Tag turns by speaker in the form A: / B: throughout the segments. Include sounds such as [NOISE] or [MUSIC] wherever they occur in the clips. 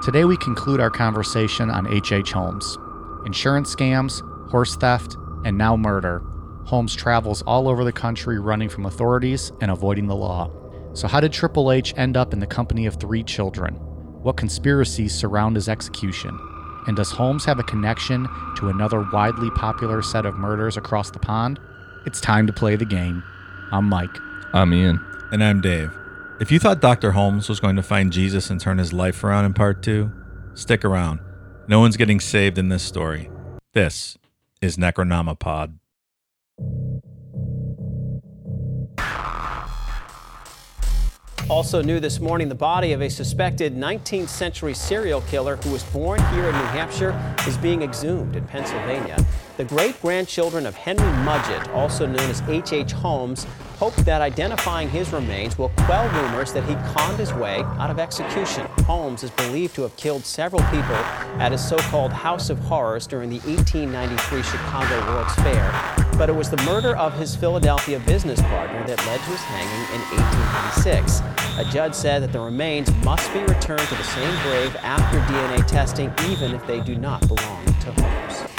A: Today, we conclude our conversation on H.H. Holmes. Insurance scams, horse theft, and now murder. Holmes travels all over the country running from authorities and avoiding the law. So, how did Triple H end up in the company of three children? What conspiracies surround his execution? And does Holmes have a connection to another widely popular set of murders across the pond? It's time to play the game. I'm Mike.
B: I'm Ian.
C: And I'm Dave. If you thought Dr. Holmes was going to find Jesus and turn his life around in part two, stick around. No one's getting saved in this story. This is Necronomapod.
D: Also new this morning, the body of a suspected 19th century serial killer who was born here in New Hampshire is being exhumed in Pennsylvania. The great grandchildren of Henry Mudgett, also known as H.H. Holmes, hope that identifying his remains will quell rumors that he conned his way out of execution. Holmes is believed to have killed several people at his so called House of Horrors during the 1893 Chicago World's Fair, but it was the murder of his Philadelphia business partner that led to his hanging in 1896. A judge said that the remains must be returned to the same grave after DNA testing, even if they do not belong to Holmes.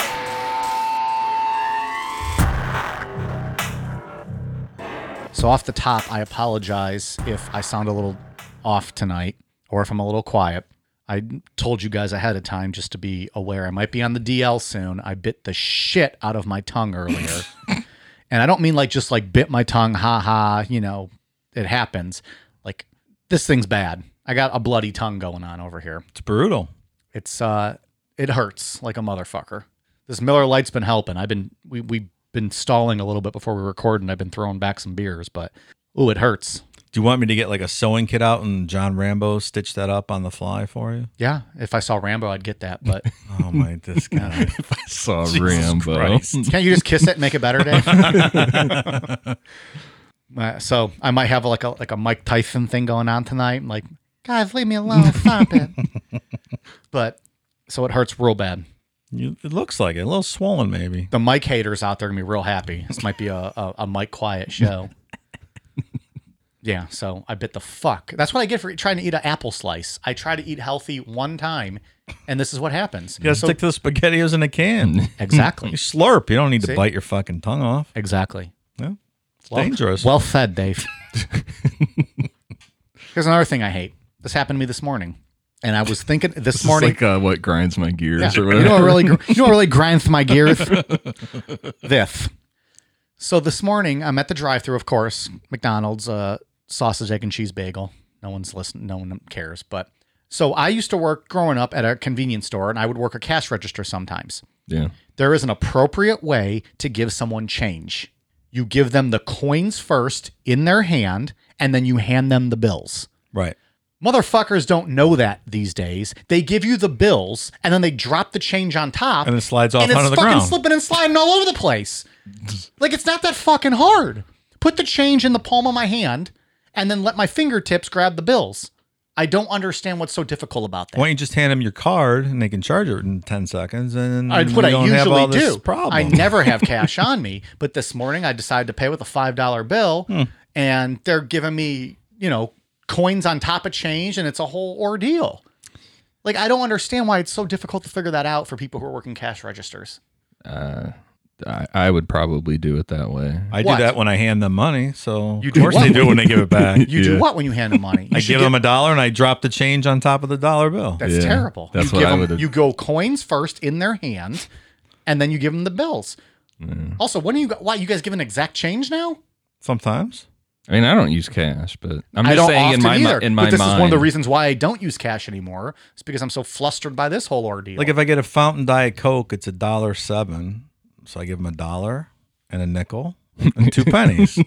A: So, off the top, I apologize if I sound a little off tonight or if I'm a little quiet. I told you guys ahead of time just to be aware. I might be on the DL soon. I bit the shit out of my tongue earlier. and I don't mean like just like bit my tongue, ha ha, you know, it happens. Like, this thing's bad. I got a bloody tongue going on over here.
C: It's brutal.
A: It's, uh, it hurts like a motherfucker. This Miller Light's been helping. I've been, we, we've been stalling a little bit before we record and I've been throwing back some beers, but ooh, it hurts.
C: Do you want me to get like a sewing kit out and John Rambo stitch that up on the fly for you?
A: Yeah. If I saw Rambo, I'd get that, but
C: Oh
A: [LAUGHS]
C: my, this guy.
B: If I [LAUGHS] saw
C: Jesus
B: Rambo. [LAUGHS]
C: Christ.
A: Can't you just kiss it and make it better, Dave? Uh, so I might have like a like a Mike Tyson thing going on tonight. like, guys, leave me alone, stop it. But so it hurts real bad.
C: You- it looks like it. A little swollen, maybe.
A: The Mike haters out there are gonna be real happy. This might be a a, a Mike quiet show. yeah. So I bit the fuck. That's what I get for trying to eat an apple slice. I try to eat healthy one time, and this is what happens.
C: You gotta
A: So-
C: stick to the SpaghettiOs in
A: [LAUGHS]
C: a can.
A: exactly.
C: You slurp. You don't need to
A: See?
C: bite your fucking tongue off.
A: Exactly.
C: Yeah. It's
A: Well-
C: dangerous.
A: Well fed, Dave. Here's another thing I hate. This happened to me this morning, and I was thinking this,
B: This
A: morning.
B: is like uh, what grinds my gears
A: Yeah.
B: or
A: You
B: whatever.
A: know what really, gr- you know what really grinds my gears? this. So this morning, I'm at the drive-through, of course, McDonald's uh, sausage, egg, and cheese bagel. No one's listening. No one cares. But so I used to work growing up at a convenience store, and I would work a cash register sometimes.
B: yeah.
A: There is an appropriate way to give someone change. You give them the coins first in their hand, and then you hand them the bills.
C: right.
A: Motherfuckers don't know that these days. They give you the bills and then they drop the change on top
C: And it slides off
A: and it's
C: onto the
A: fucking
C: ground.
A: slipping and sliding all over the place. Like it's not that fucking hard. Put the change in the palm of my hand and then let my fingertips grab the bills. I don't understand what's so difficult about that.
C: Why don't you just hand them your card and they can charge it in 10 seconds and
A: I,
C: you
A: what I
C: don't have all
A: usually
C: this
A: do.
C: problem.
A: I
C: [LAUGHS]
A: never have cash on me, but this morning I decided to pay with a five dollar bill,
C: Hmm.
A: and they're giving me you know coins on top of change, and it's a whole ordeal. Like I don't understand why it's so difficult to figure that out for people who are working cash registers.
B: I, I would probably do it that way.
C: I
A: What?
C: do that when I hand them money. So
A: You
C: of
A: do
C: course
A: what?
C: they do when they give it
A: [LAUGHS]
C: back.
A: You do what when you hand them money? You
C: I
A: should
C: give
A: get-
C: them a dollar and I drop the change on top of the dollar bill.
A: That's
B: Yeah,
A: terrible.
B: that's
A: you
B: what
A: give
B: I
A: 'em-
B: would've-
A: You go coins first in their hand, and then you give them the bills. Also, when are you? Why you guys giving exact change now?
C: Sometimes.
B: I mean, I don't use cash, but I'm
A: I
B: just
A: don't
B: saying
A: often
B: in my mi-
A: either.
B: in my
A: but this
B: mind.
A: is one of the reasons why I don't use cash anymore. It's because I'm so flustered by this whole ordeal.
C: Like if I get a fountain diet Coke, it's a dollar seven. So I give them a dollar and a nickel and
A: [LAUGHS]
C: two pennies.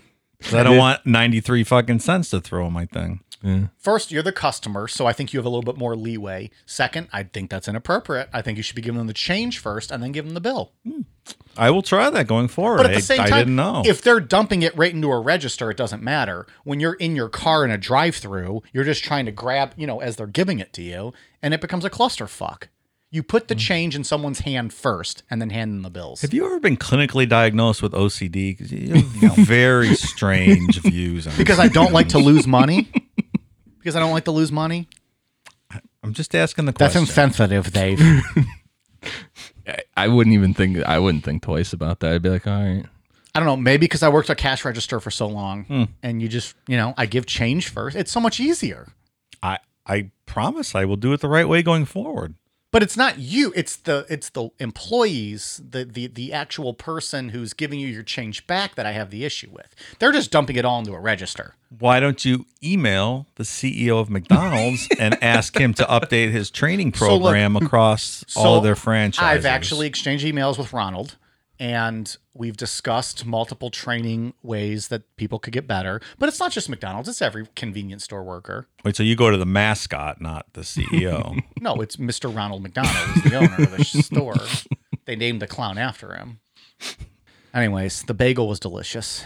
C: 'Cause I don't want 93 fucking cents to throw in my thing.
A: First, you're the customer, so I think you have a little bit more leeway. Second, I think that's inappropriate. I think you should be giving them the change first and then give them the bill.
C: I will try that going forward.
A: But at
C: I,
A: the same
C: I
A: time,
C: didn't know.
A: if they're dumping it right into a register, it doesn't matter. When you're in your car in a drive-through, you're just trying to grab, you know, as they're giving it to you, and it becomes a clusterfuck. You put the
C: Hmm.
A: change in someone's hand first, and then hand them the bills.
C: Have you ever been clinically diagnosed with OCD? 'Cause you
A: [LAUGHS]
C: have very strange views. On
A: [LAUGHS] because I don't like to lose money. Because I don't like to lose money.
C: I'm just asking the
A: That's
C: question.
A: insensitive, Dave.
B: I, I wouldn't even think. I wouldn't think twice about that. I'd be like, all right.
A: I don't know. Maybe because I worked a cash register for so long, and you just, you know, I give change first. It's so much easier.
C: I I promise I will do it the right way going forward.
A: But it's not you. It's the it's the employees, the the the actual person who's giving you your change back that I have the issue with. They're just dumping it all into a register.
C: Why don't you email the CEO
A: [LAUGHS]
C: of McDonald's and ask him to update his training
A: So, look,
C: program across all of their franchises?
A: I've actually exchanged emails with Ronald, and we've discussed multiple training ways that people could get better. But it's not just McDonald's; it's every convenience store worker.
C: wait. So you go to the mascot, not the E CEO.
A: No, it's Mr. Ronald McDonald, who's the owner
C: [LAUGHS]
A: of the store. They named the clown after him. Anyways, the bagel was delicious.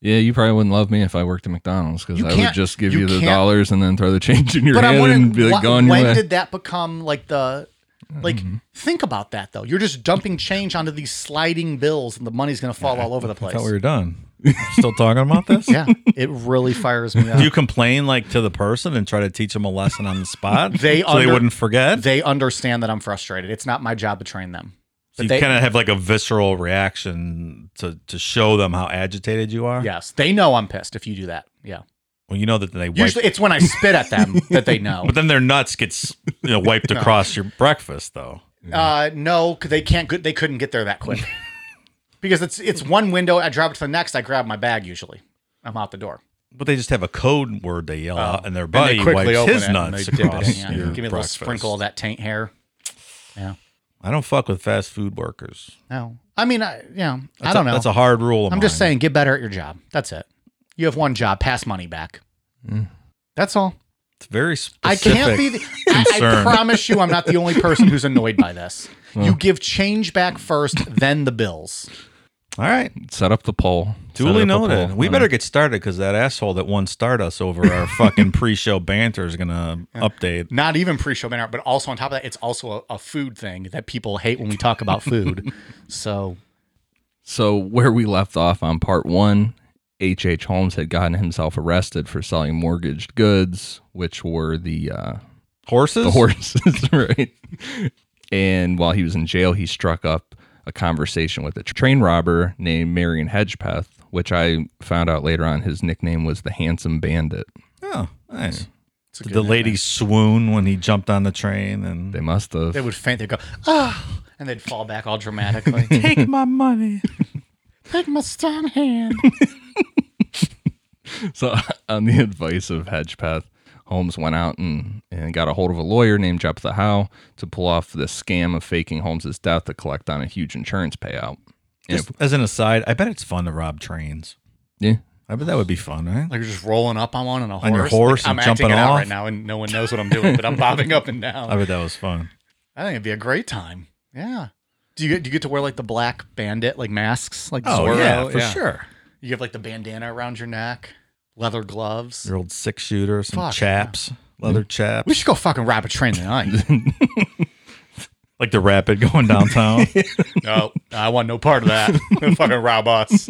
B: Yeah, you probably wouldn't love me if I worked at McDonald's because
A: You
B: I would
A: can't-
B: just give
A: you
B: you, the
A: can't-
B: dollars and then throw the [LAUGHS] change in your
A: But I'm
B: hand
A: wondering,
B: and be like,
A: wh-
B: go on your
A: when
B: way.
A: did that become like the like?
C: Mm-hmm.
A: Think about that though. You're just dumping change onto these sliding bills, and the money's going to fall all over the
C: [LAUGHS]
A: [LAUGHS]
C: I
A: place.
C: thought we were done. Still talking about
A: [LAUGHS]
C: this?
A: yeah, it really fires
C: [LAUGHS]
A: me up.
C: Do you complain like to the person and try to teach them a lesson on the spot?
A: [LAUGHS] They
C: so
A: under-
C: they wouldn't forget.
A: they understand that I'm frustrated. It's not my job to train them.
C: so you
A: they-
C: kind of have like a visceral reaction to to show them how agitated you are.
A: Yes, they know I'm pissed if you do that. Yeah.
C: Well, you know that they wipe,
A: Usually, it's when I spit at
C: [LAUGHS]
A: them that they know.
C: but then their nuts gets you
A: [LAUGHS]
C: know wiped across your breakfast though.
A: Uh, no, 'cause they can't. Good, they couldn't get there that quick [LAUGHS] because it's it's one window. I drive it to the next. I grab my bag. Usually, I'm out the door.
C: But they just have a code word they yell out, and their
A: Oh. And they
C: buddy wipes his
A: and
C: nuts
A: they dip it
C: across
A: in, yeah.
C: your
A: Give me a little
C: breakfast.
A: sprinkle of that taint hair. Yeah.
C: I don't fuck with fast food workers.
A: No. I mean, I you know,
C: That's
A: I don't
C: a,
A: know.
C: That's a hard rule. Of
A: I'm just
C: mine.
A: saying, get better at your job. That's it. You have one job. Pass money back.
C: Mm.
A: That's all.
C: It's very
A: I
C: specific.
A: can't be. The, I, I
C: concern.
A: promise you, I'm not the only person who's annoyed by this. You give change back first, then the bills.
C: All right,
B: Set up the poll. Set
C: duly
B: up a
C: noted.
B: poll.
C: We
B: Uh,
C: better get started because that asshole that won Stardust
A: [LAUGHS]
C: over our fucking pre-show banter is gonna update.
A: Not even pre-show banner, but also on top of that, it's also a, a food thing that people hate when we talk about
C: [LAUGHS]
A: food. so
B: So where we left off on part one, H. H. Holmes had gotten himself arrested for selling mortgaged goods, which were the uh, [LAUGHS]
C: Horses.
B: the horses, right? And while he was in jail, he struck up a conversation with a train robber named Marion Hedgepeth, which I found out later on his nickname was the Handsome Bandit.
C: Oh, nice.
A: it's a
C: Did
A: good
C: the
A: nickname.
C: lady swoon when he jumped on the train and
B: They must have.
A: they would faint. They'd go, ah, and they'd fall back all dramatically.
C: [LAUGHS] take
A: [LAUGHS]
C: my money?
A: Take my stun hand.
B: So, [LAUGHS] on the advice of Hedgepeth, Holmes went out and, and got a hold of a lawyer named Jephthah Howe to pull off the scam of faking Holmes's death to collect on a huge insurance payout. And
C: Just as an aside, I bet it's fun to rob trains.
B: yeah,
C: I bet that would be fun, right?
A: Like you're just rolling up on one and a horse.
C: On your horse
A: Like,
C: and
A: I'm
C: jumping
A: acting it out
C: off?
A: right now, and no one knows what I'm doing, but I'm bobbing up and down.
C: [LAUGHS] I bet that was fun.
A: I think it'd be a great time. Yeah. Do you get do you get to wear like the black bandit like masks like
C: Oh
A: Zorro?
C: yeah, for sure.
A: You have like the bandana around your neck, leather gloves.
C: Your old six shooter, some
A: Fuck,
C: chaps, leather
A: we
C: chaps,
A: should go fucking rabbit train tonight.
C: [LAUGHS] like the rapid [LAUGHS]
A: [LAUGHS]
C: going downtown.
A: no, I want no part of that. [LAUGHS] They'll fucking rob us.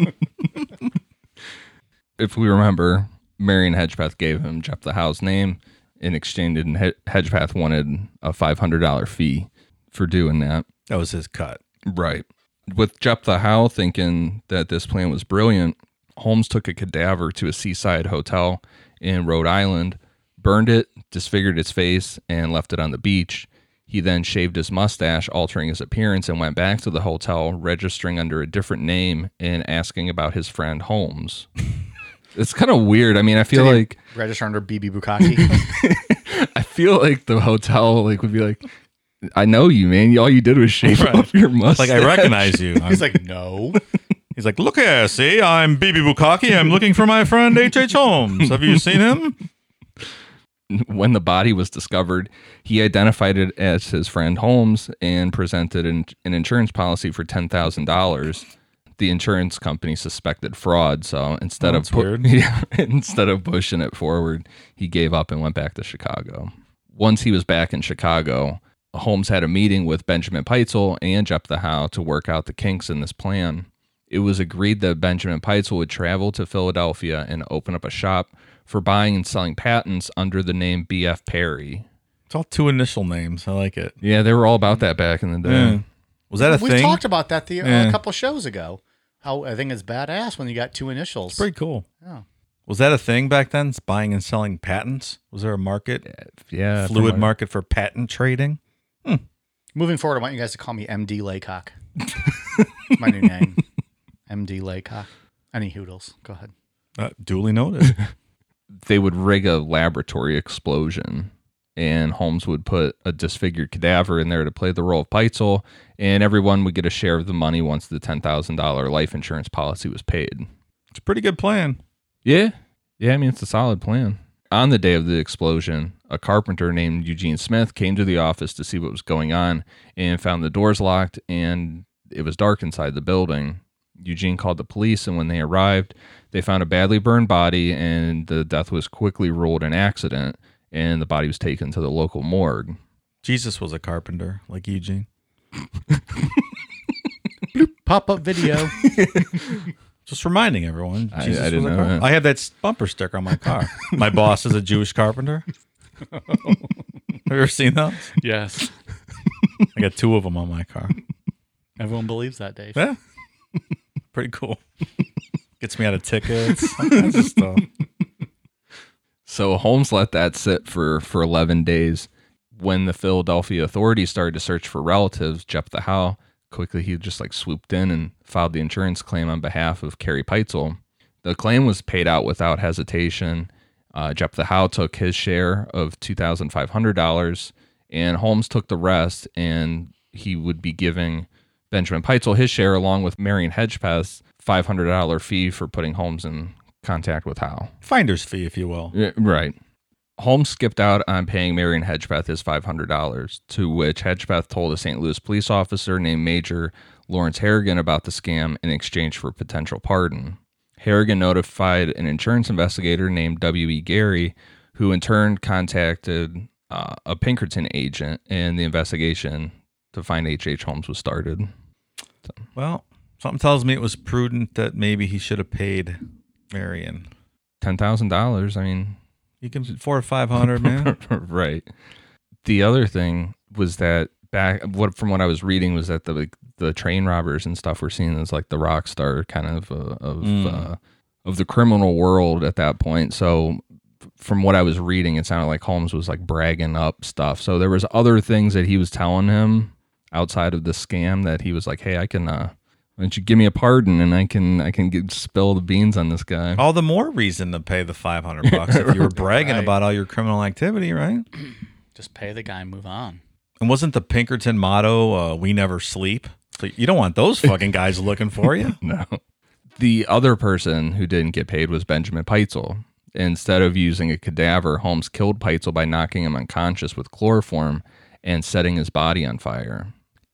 B: if we remember, Marion Hedgepeth gave him Jephthah Howe's name in exchange, and He- Hedgepeth wanted a $500 fee for doing that.
C: that was his cut.
B: Right. With Jephthah Howe thinking that this plan was brilliant, Holmes took a cadaver to a seaside hotel in Rhode Island, burned it, disfigured its face, and left it on the beach. He then shaved his mustache, altering his appearance, and went back to the hotel, registering under a different name and asking about his friend Holmes. [LAUGHS] it's kind of weird. I mean, I feel like
A: Register under BB [LAUGHS] Bukaki.
B: I feel like the hotel like would be like, "I know you, man. All you did was shave
C: Right.
B: off your
C: It's like
A: [LAUGHS]
B: mustache."
C: I recognize you. I'm-
A: He's like, no.
C: he's like, look here, see, I'm BB Bukaki. I'm looking for my friend H
A: [LAUGHS]
C: H Holmes. Have you seen him?
B: [LAUGHS] when the body was discovered, he identified it as his friend Holmes and presented an, an insurance policy for ten thousand dollars. The insurance company suspected fraud, so instead of
C: Oh, that's
B: pu- [LAUGHS]
C: weird.
B: Yeah, instead of pushing it forward, he gave up and went back to Chicago. Once he was back in Chicago, Holmes had a meeting with Benjamin Peitzel and Jephthah Howe to work out the kinks in this plan. It was agreed that Benjamin Peitzel would travel to Philadelphia and open up a shop for buying and selling patents under the name B.F. Perry.
C: It's all two initial names. I like it.
B: Yeah, they were all about that back in the day.
C: Yeah. Was that a
A: We've
C: thing?
A: talked about that the,
C: Yeah.
A: a couple shows ago. How I think it's badass when you got two initials.
C: Pretty cool.
A: Yeah.
C: Was that a thing back then? Buying and selling patents? Was there a market,
B: Yeah, from
C: fluid
B: what-
C: market for patent trading?
A: Moving forward, I want you guys to call me MD [LAUGHS] Laycock. It's my new name, MD Laycock. Any hoodles? Go ahead.
C: Uh,
B: [LAUGHS]
C: duly noted.
B: They would rig a laboratory explosion, and Holmes would put a disfigured cadaver in there to play the role of Peitzel, and everyone would get a share of the money once the ten thousand dollar life insurance policy was paid.
C: it's a pretty good plan.
B: Yeah. Yeah, I mean, it's a solid plan. On the day of the explosion, a carpenter named Eugene Smith came to the office to see what was going on and found the doors locked and it was dark inside the building. Eugene called the police, and when they arrived, they found a badly burned body, and the death was quickly ruled an accident, and the body was taken to the local morgue.
C: Jesus was a carpenter, like Eugene.
A: Pop up [LAUGHS] video.
C: Just reminding everyone,
B: I-
C: Jesus
B: I
C: was
B: didn't
C: a
B: know
C: carpenter.
B: that.
C: I have that s- bumper sticker on
B: [LAUGHS]
C: my car. my boss is a Jewish carpenter. have you ever seen those?
A: yes.
C: I got two of them on my car.
A: Everyone believes that, Dave.
C: Yeah. Pretty
B: [LAUGHS]
C: cool. Gets me out of tickets. all kinds of stuff.
B: So Holmes let that sit for, for 11 days. When the Philadelphia authorities started to search for relatives, Jephthah Howe quickly he just like swooped in and filed the insurance claim on behalf of Carrie Peitzel. The claim was paid out without hesitation. Uh, Jephthah Howe took his share of $2,500 and Holmes took the rest and he would be giving Benjamin Peitzel his share along with Marion Hedgepath's $500 fee for putting Holmes in contact with Howe.
C: Finder's fee, if you will.
B: Yeah, right. Holmes skipped out on paying Marion Hedgepath his $500, to which Hedgepath told a St. Louis police officer named Major Lawrence Harrigan about the scam in exchange for potential pardon. Harrigan notified an insurance investigator named W.E. Gary, who in turn contacted uh, a Pinkerton agent, and the investigation to find H.H. Holmes was started.
C: Well, something tells me it was prudent that maybe he should have paid Marion.
B: $10,000, I mean,
C: You can four or five hundred, man.
B: [LAUGHS] right. The other thing was that back what from what I was reading was that the like, the train robbers and stuff were seen as like the rock star kind of uh, of uh, of the criminal world at that point. So f- from what I was reading, it sounded like Holmes was like bragging up stuff. So there was other things that he was telling him outside of the scam that he was like, "Hey, I can." uh why don't you give me a pardon and I can I can get, spill the beans on this guy?
C: All the more reason to pay the five hundred bucks if you were bragging
A: Right.
C: about all your criminal activity, right?
A: Just pay the guy and move on.
C: And wasn't the Pinkerton motto uh, "We never sleep"? So you don't want those fucking guys looking for you.
B: [LAUGHS] No. The other person who didn't get paid was Benjamin Peitzel. Instead of using a cadaver, Holmes killed Peitzel by knocking him unconscious with chloroform and setting his body on fire.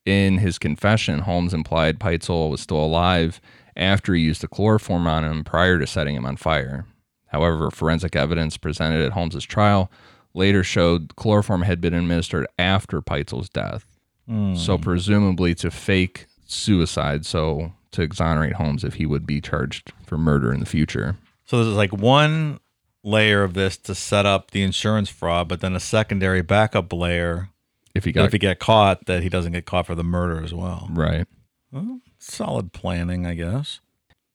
B: In his confession, Holmes implied Peitzel was still alive after he used the chloroform on him prior to setting him on fire. However, forensic evidence presented at Holmes's trial later showed chloroform had been administered after Peitzel's death.
C: Hmm.
B: So
C: Mm-hmm.
B: presumably to fake suicide, so to exonerate Holmes if he would be charged for murder in the future.
C: So there's like one layer of this to set up the insurance fraud, but then a secondary backup layer
B: If he got
C: if he get caught that he doesn't get caught for the murder as well. [LAUGHS]
B: right. [LAUGHS]
C: Well, solid planning, I guess.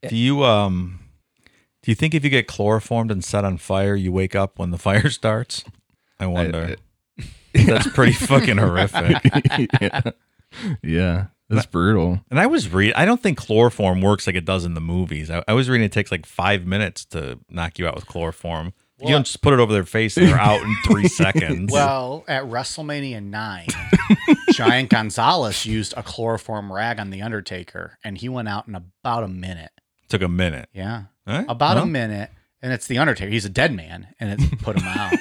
C: Do you um do you think if you get chloroformed and set on fire, you wake up when the [LAUGHS] fire starts? I wonder. [LAUGHS] That's pretty fucking horrific.
B: yeah. yeah. That's brutal.
C: [LAUGHS] And I was read I don't think chloroform works like it does in the movies. I, I was reading it takes like five minutes to knock you out with chloroform. you don't just put it over their face and they're out in three seconds.
A: Well, at WrestleMania 9, Giant Gonzalez used a chloroform rag on The Undertaker, and he went out in about a minute.
C: took a minute.
A: Yeah.
C: All right,
A: About
C: well.
A: a minute. And it's The Undertaker. He's a dead man, and
C: [LAUGHS]
A: it put him out.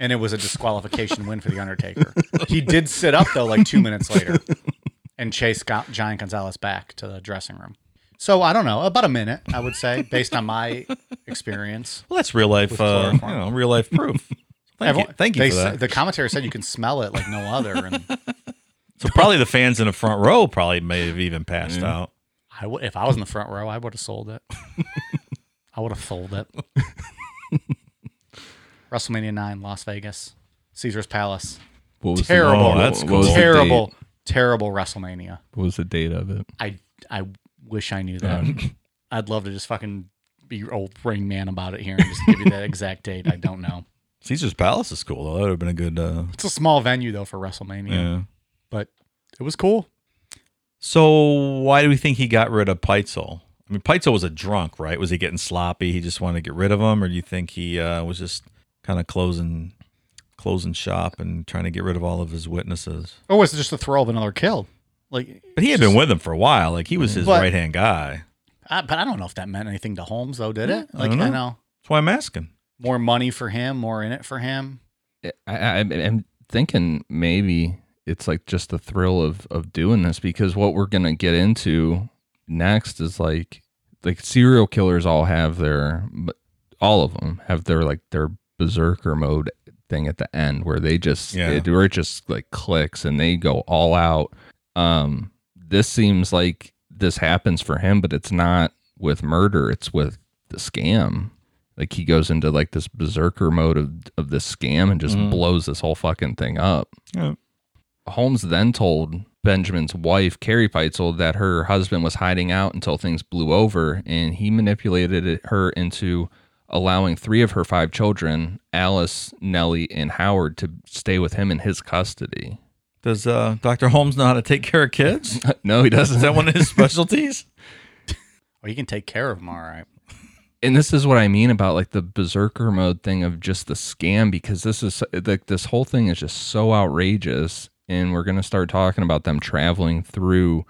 A: and it was a disqualification win for The Undertaker. He did sit up, though, like two minutes later and chase Go- Giant Gonzalez back to the dressing room. So I don't know, about a minute, I would say, based on my experience.
C: Well, that's real life, uh, you
A: chloroform.
C: know, real life proof. Thank you,
A: Everyone-
C: thank you
A: they
C: for
A: sa-
C: that.
A: The commentary said you can smell it like no other, and
C: so probably the fans in the front row probably may have even passed out.
A: I w- if I was in the front row, I would have sold it.
C: [LAUGHS]
A: I would have sold it. WrestleMania 9, Las Vegas. Caesar's Palace.
B: What was
A: Terrible.
B: The,
C: Oh, that's
B: what was the date-
A: terrible, terrible WrestleMania.
B: what was the date of it?
A: I I wish I knew that. [LAUGHS] I'd love to just fucking be your old brain man about it here and just give you that exact date. I don't know.
C: Caesar's Palace is cool though. That would have been a good. Uh,
A: It's a small venue though for WrestleMania,
C: yeah.
A: but it was cool.
C: So why do we think he got rid of Peitzel? I mean, Peitzel was a drunk, right? Was he getting sloppy? He just wanted to get rid of him, or do you think he uh, was just kind of closing, closing shop and trying to get rid of all of his witnesses?
A: Or was it Oh, just the thrill of another kill? Like,
C: But he had been with him for a while. Like he was his
A: But-
C: right hand guy.
A: I, but I don't know if that meant anything to Holmes though, did it?
C: I
A: Like,
C: don't know.
A: I know
C: That's why I'm asking.
A: more money for him, more in it for him.
B: I, I, I'm- I'm thinking maybe it's like just the thrill of of doing this because what we're gonna get into next is like like serial killers all have their all of them have their like their berserker mode thing at the end where they just
C: Yeah.
B: it, where it just like clicks and they go all out. Um, this seems like this happens for him, but it's not with murder. It's with the scam like he goes into like this berserker mode of of this scam and just
C: Mhm.
B: blows this whole fucking thing up.
C: Yeah.
B: Holmes then told Benjamin's wife, Carrie Peitzel, that her husband was hiding out until things blew over, and he manipulated it- her into allowing three of her five children, Alice, Nellie, and Howard, to stay with him in his custody. [LAUGHS]
C: Does uh, Doctor Holmes know how to take care of kids?
B: no, he doesn't.
C: Is that one of his specialties?
A: Or you Oh, can take care of him, all right.
B: and this is what I mean about like the berserker mode thing of just the scam because this is like this whole thing is just so outrageous, and we're gonna start talking about them traveling through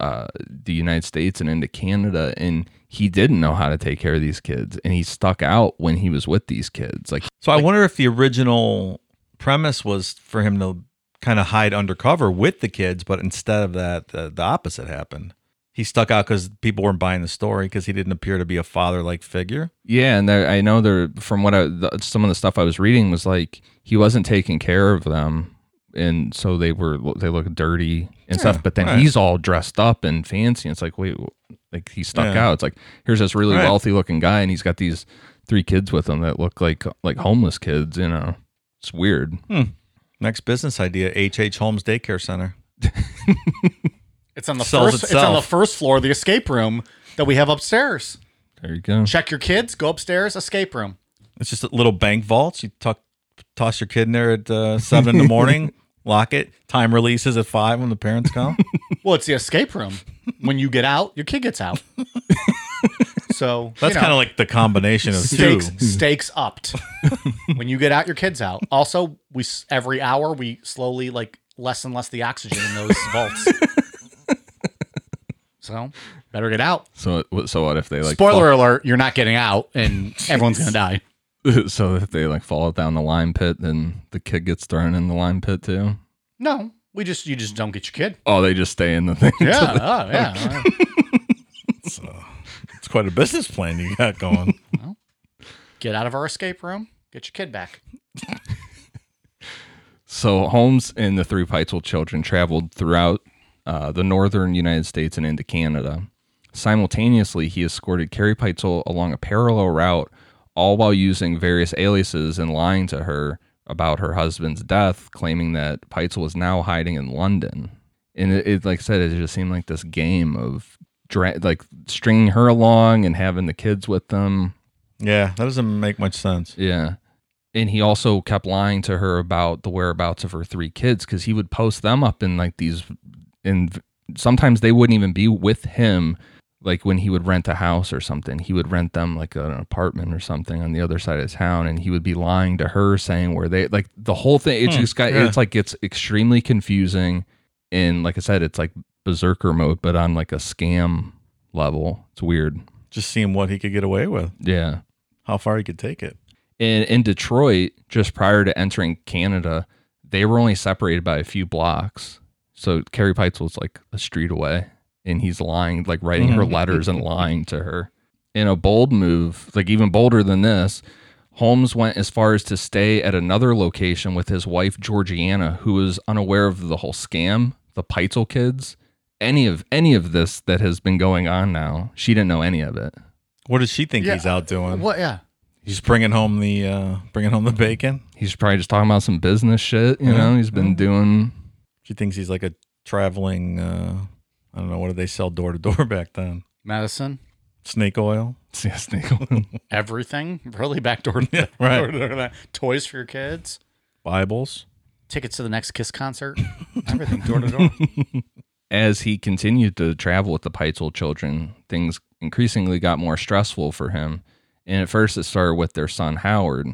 B: uh, the United States and into Canada, and he didn't know how to take care of these kids, and he stuck out when he was with these kids. Like,
C: So I wonder if the original premise was for him to kind of hide undercover with the kids, but instead of that, uh, the opposite happened. He stuck out because people weren't buying the story because he didn't appear to be a father-like figure.
B: yeah, and there, I know there from what I the, some of the stuff I was reading was like he wasn't taking care of them. And so they were, they look dirty and
C: Yeah,
B: stuff. But then
C: right.
B: he's all dressed up and fancy. And it's like, wait, like he stuck
C: Yeah.
B: out. It's like here's this really
C: Right.
B: wealthy looking guy, and he's got these three kids with him that look like like homeless kids. You know, it's weird.
C: Next business idea: H.H. Holmes Daycare Center.
A: It's on the
C: Sells
A: first. It's on
C: itself.
A: the first floor of the escape room that we have upstairs.
B: There you go.
A: Check your kids. Go upstairs. Escape room.
C: It's just a little bank vaults. You tuck, toss your kid in there at uh, seven in the morning. Lock it. Time releases at five when the parents come.
A: Well, it's the escape room. When you get out, your kid gets [LAUGHS] out. so
C: That's kind of like the combination of
A: [LAUGHS]
C: two.
A: stakes stakes upped. when you get out, your kids out. Also, we s- every hour we slowly like less and less the oxygen in [LAUGHS] those vaults. so better get out.
B: So what- so what if they like
A: Spoiler alert: You're not getting out, and everyone's gonna die.
B: fall- [LAUGHS] so if they like fall down the lime pit, then the kid gets thrown in the lime pit too.
A: [LAUGHS] No, we just you just don't get your kid.
B: Oh, they just stay in the thing.
A: [LAUGHS] Yeah, oh, yeah.
C: It's quite a business plan you got going.
A: get out of our escape room. Get your kid back.
B: So Holmes and the three Peitzel children traveled throughout uh, the northern United States and into Canada. Simultaneously, he escorted Carrie Peitzel along a parallel route, all while using various aliases and lying to her about her husband's death, claiming that Peitzel was now hiding in London. And it, it like I said, it just seemed like this game of dra- like stringing her along and having the kids with them.
C: Yeah, that doesn't make much sense.
B: Yeah. And he also kept lying to her about the whereabouts of her three kids because he would post them up in like these, and sometimes they wouldn't even be with him. Like when he would rent a house or something, he would rent them like an apartment or something on the other side of town, and he would be lying to her saying where they like the whole thing. It
C: Hmm,
B: just got
C: yeah.
B: it's like it's extremely confusing, and like I said, it's like berserker mode, but on like a scam level. It's weird.
C: Just seeing what he could get away with.
B: Yeah.
C: how far he could take it.
B: in in Detroit, just prior to entering Canada, they were only separated by a few blocks. So Carrie Peitzel's like a street away, and he's lying, like writing her letters and lying to her. In a bold move, like even bolder than this, Holmes went as far as to stay at another location with his wife Georgiana, who was unaware of the whole scam, the Peitzel kids, any of any of this that has been going on now. She didn't know any of it.
C: What does she think
A: Yeah,
C: he's out doing?
A: What? Yeah.
C: He's bringing home the uh, bringing home the bacon.
B: He's probably just talking about some business shit. You know, he's been doing.
C: She thinks he's like a traveling. Uh, I don't know what did they sell door to door [LAUGHS] back then?
A: Medicine,
C: Snake oil.
B: Yeah, snake oil.
A: everything, really backdoor to that.
C: right.
A: door to that. Toys for your kids, [LAUGHS]
C: Bibles.
A: tickets to the next Kiss
B: [LAUGHS]
A: concert, everything door to door.
B: [LAUGHS] As he continued to travel with the Peitzel children, things increasingly got more stressful for him. And at first, it started with their son Howard.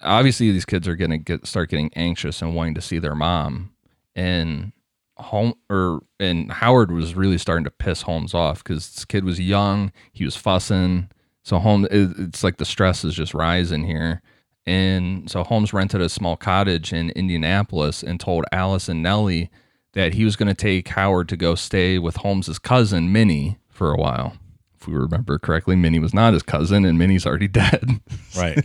B: Obviously, these kids are going to get start getting anxious and wanting to see their mom. And home or and Howard was really starting to piss Holmes off because this kid was young, he was fussing. So Holmes, it, it's like the stress is just rising here. And so Holmes rented a small cottage in Indianapolis and told Alice and Nellie that he was going to take Howard to go stay with Holmes's cousin Minnie for a while. If we remember correctly, Minnie was not his cousin, and Minnie's already [LAUGHS] dead.
C: Right.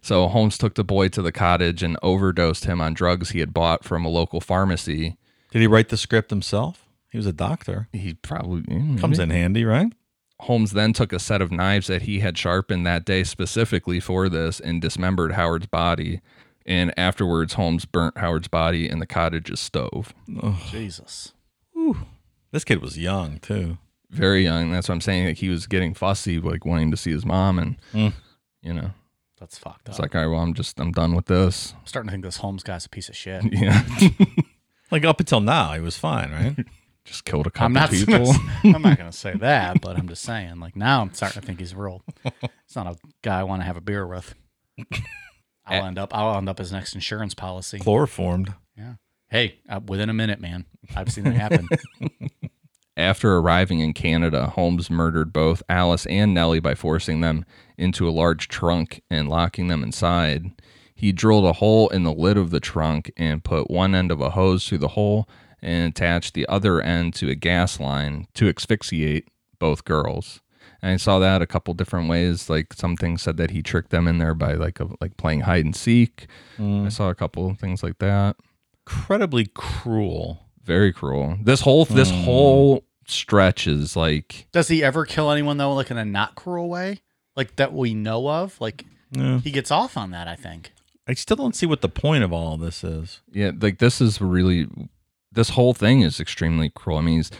B: So Holmes took the boy to the cottage and overdosed him on drugs he had bought from a local pharmacy.
C: Did he write the script himself? He was a doctor.
B: He probably mm,
C: Comes in handy, right?
B: Holmes then took a set of knives that he had sharpened that day specifically for this and dismembered Howard's body. And afterwards, Holmes burnt Howard's body in the cottage's stove.
A: Jesus.
C: This kid was young too.
B: Very young. That's what I'm saying. Like he was getting fussy, like wanting to see his mom, and
C: Mm.
B: you know,
A: That's fucked up.
B: it's like, all right, well, I'm just, I'm done with this. [LAUGHS]
A: I'm starting to think this Holmes guy's a piece of shit.
B: Yeah,
C: Like up until now, he was fine, right?
A: [LAUGHS]
B: just killed a couple
A: I'm not.
B: people.
A: [LAUGHS] Gonna, I'm not going to
B: [LAUGHS]
A: say that, but I'm just saying. Like now, I'm starting to think he's real. It's not a guy I want to have a beer
B: [LAUGHS]
A: with. I'll end up. I'll end up his next insurance policy.
C: Chloroformed.
A: Yeah. Hey, uh, within a minute, man. I've seen it
B: [LAUGHS]
A: happen.
B: After arriving in Canada, Holmes murdered both Alice and Nellie by forcing them into a large trunk and locking them inside. He drilled a hole in the lid of the trunk and put one end of a hose through the hole and attached the other end to a gas line to asphyxiate both girls. And I saw that a couple different ways. Like some things said that he tricked them in there by like a, like playing hide and seek. I saw a couple of things like that
C: Incredibly cruel.
B: very cruel. This whole this whole stretch is like
A: Does he ever kill anyone though, like in a not cruel way, like that we know of? Like
C: Yeah.
A: he gets off on that. I think.
C: I still don't see what the point of all this is.
B: yeah, like this is really this whole thing is extremely cruel. I mean, he's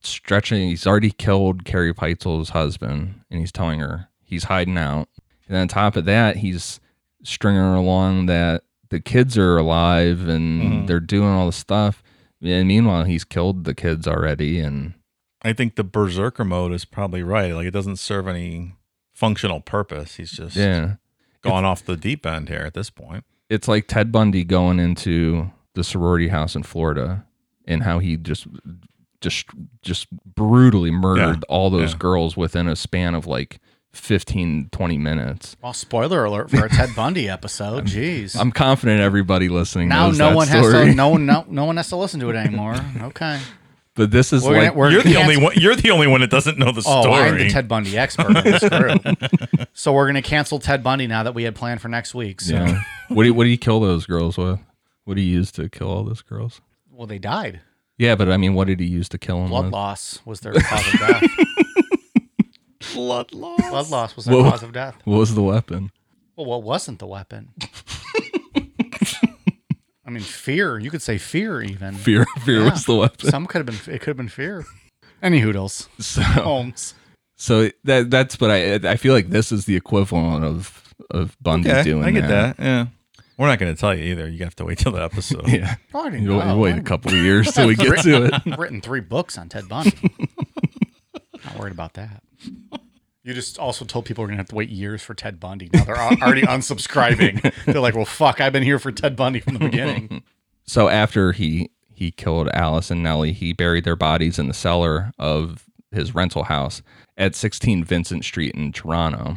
B: stretching. He's already killed Carrie Peitzel's husband, and he's telling her he's hiding out. And on top of that, he's stringing her along that the kids are alive and they're doing all the stuff. And meanwhile, he's killed the kids already, and
C: I think the berserker mode is probably right. Like it doesn't serve any functional purpose. He's just
B: yeah.
C: gone off the deep end here at this point.
B: it's like Ted Bundy going into the sorority house in Florida and how he just just just brutally murdered
C: Yeah,
B: all those
C: yeah.
B: girls within a span of like 15 20 minutes.
A: Well, spoiler alert for
B: [LAUGHS]
A: our Ted Bundy episode. Jeez.
B: I'm confident everybody listening
A: now
B: knows
A: no
B: that
A: one has
B: story.
A: to. No one. No, no one has to listen to it anymore. Okay.
B: [LAUGHS] But this is
A: We're gonna-
B: like
A: we're-
C: You're the
A: can't-
C: only one. You're the only one that doesn't know the
A: Oh,
C: story.
A: I'm the Ted Bundy expert in this
B: [LAUGHS]
A: group. so we're gonna cancel Ted Bundy now that we had planned for next week. So.
B: yeah. what do you, what do you kill those girls with? What do you use to kill all those girls?
A: Well, they died.
B: Yeah, but I mean, what did he use to kill them?
A: Blood
B: with?
A: loss was their cause of death.
B: [LAUGHS]
C: blood loss.
A: Blood loss was their
B: Whoa.
A: cause of death.
B: What was the weapon?
A: Well, what wasn't the weapon? I mean, fear. You could say fear, even.
B: Fear. Fear was the weapon.
A: Some could have been. It could have been fear. Any hoodles.
B: So,
A: Holmes.
B: So that that's what I I feel like this is the equivalent of of Bundy
C: Okay,
B: doing.
C: I get that. Yeah, we're not going to tell you either. You have to wait till
A: [LAUGHS]
C: the
B: [LAUGHS]
C: episode.
B: Yeah,
A: Oh, I didn't
B: you,
A: know.
B: wait a couple of years
C: [LAUGHS]
B: till we get to it.
A: I've [LAUGHS] written three books on Ted [LAUGHS] Bundy. Not worried about that. You just also told people we're gonna have to wait years for Ted Bundy. Now they're al- [LAUGHS] already unsubscribing. They're like, "Well, fuck! I've been here for Ted Bundy from the [LAUGHS] beginning."
B: So after he he killed Alice and Nellie, he buried their bodies in the cellar of his rental house at 16 Vincent Street in Toronto.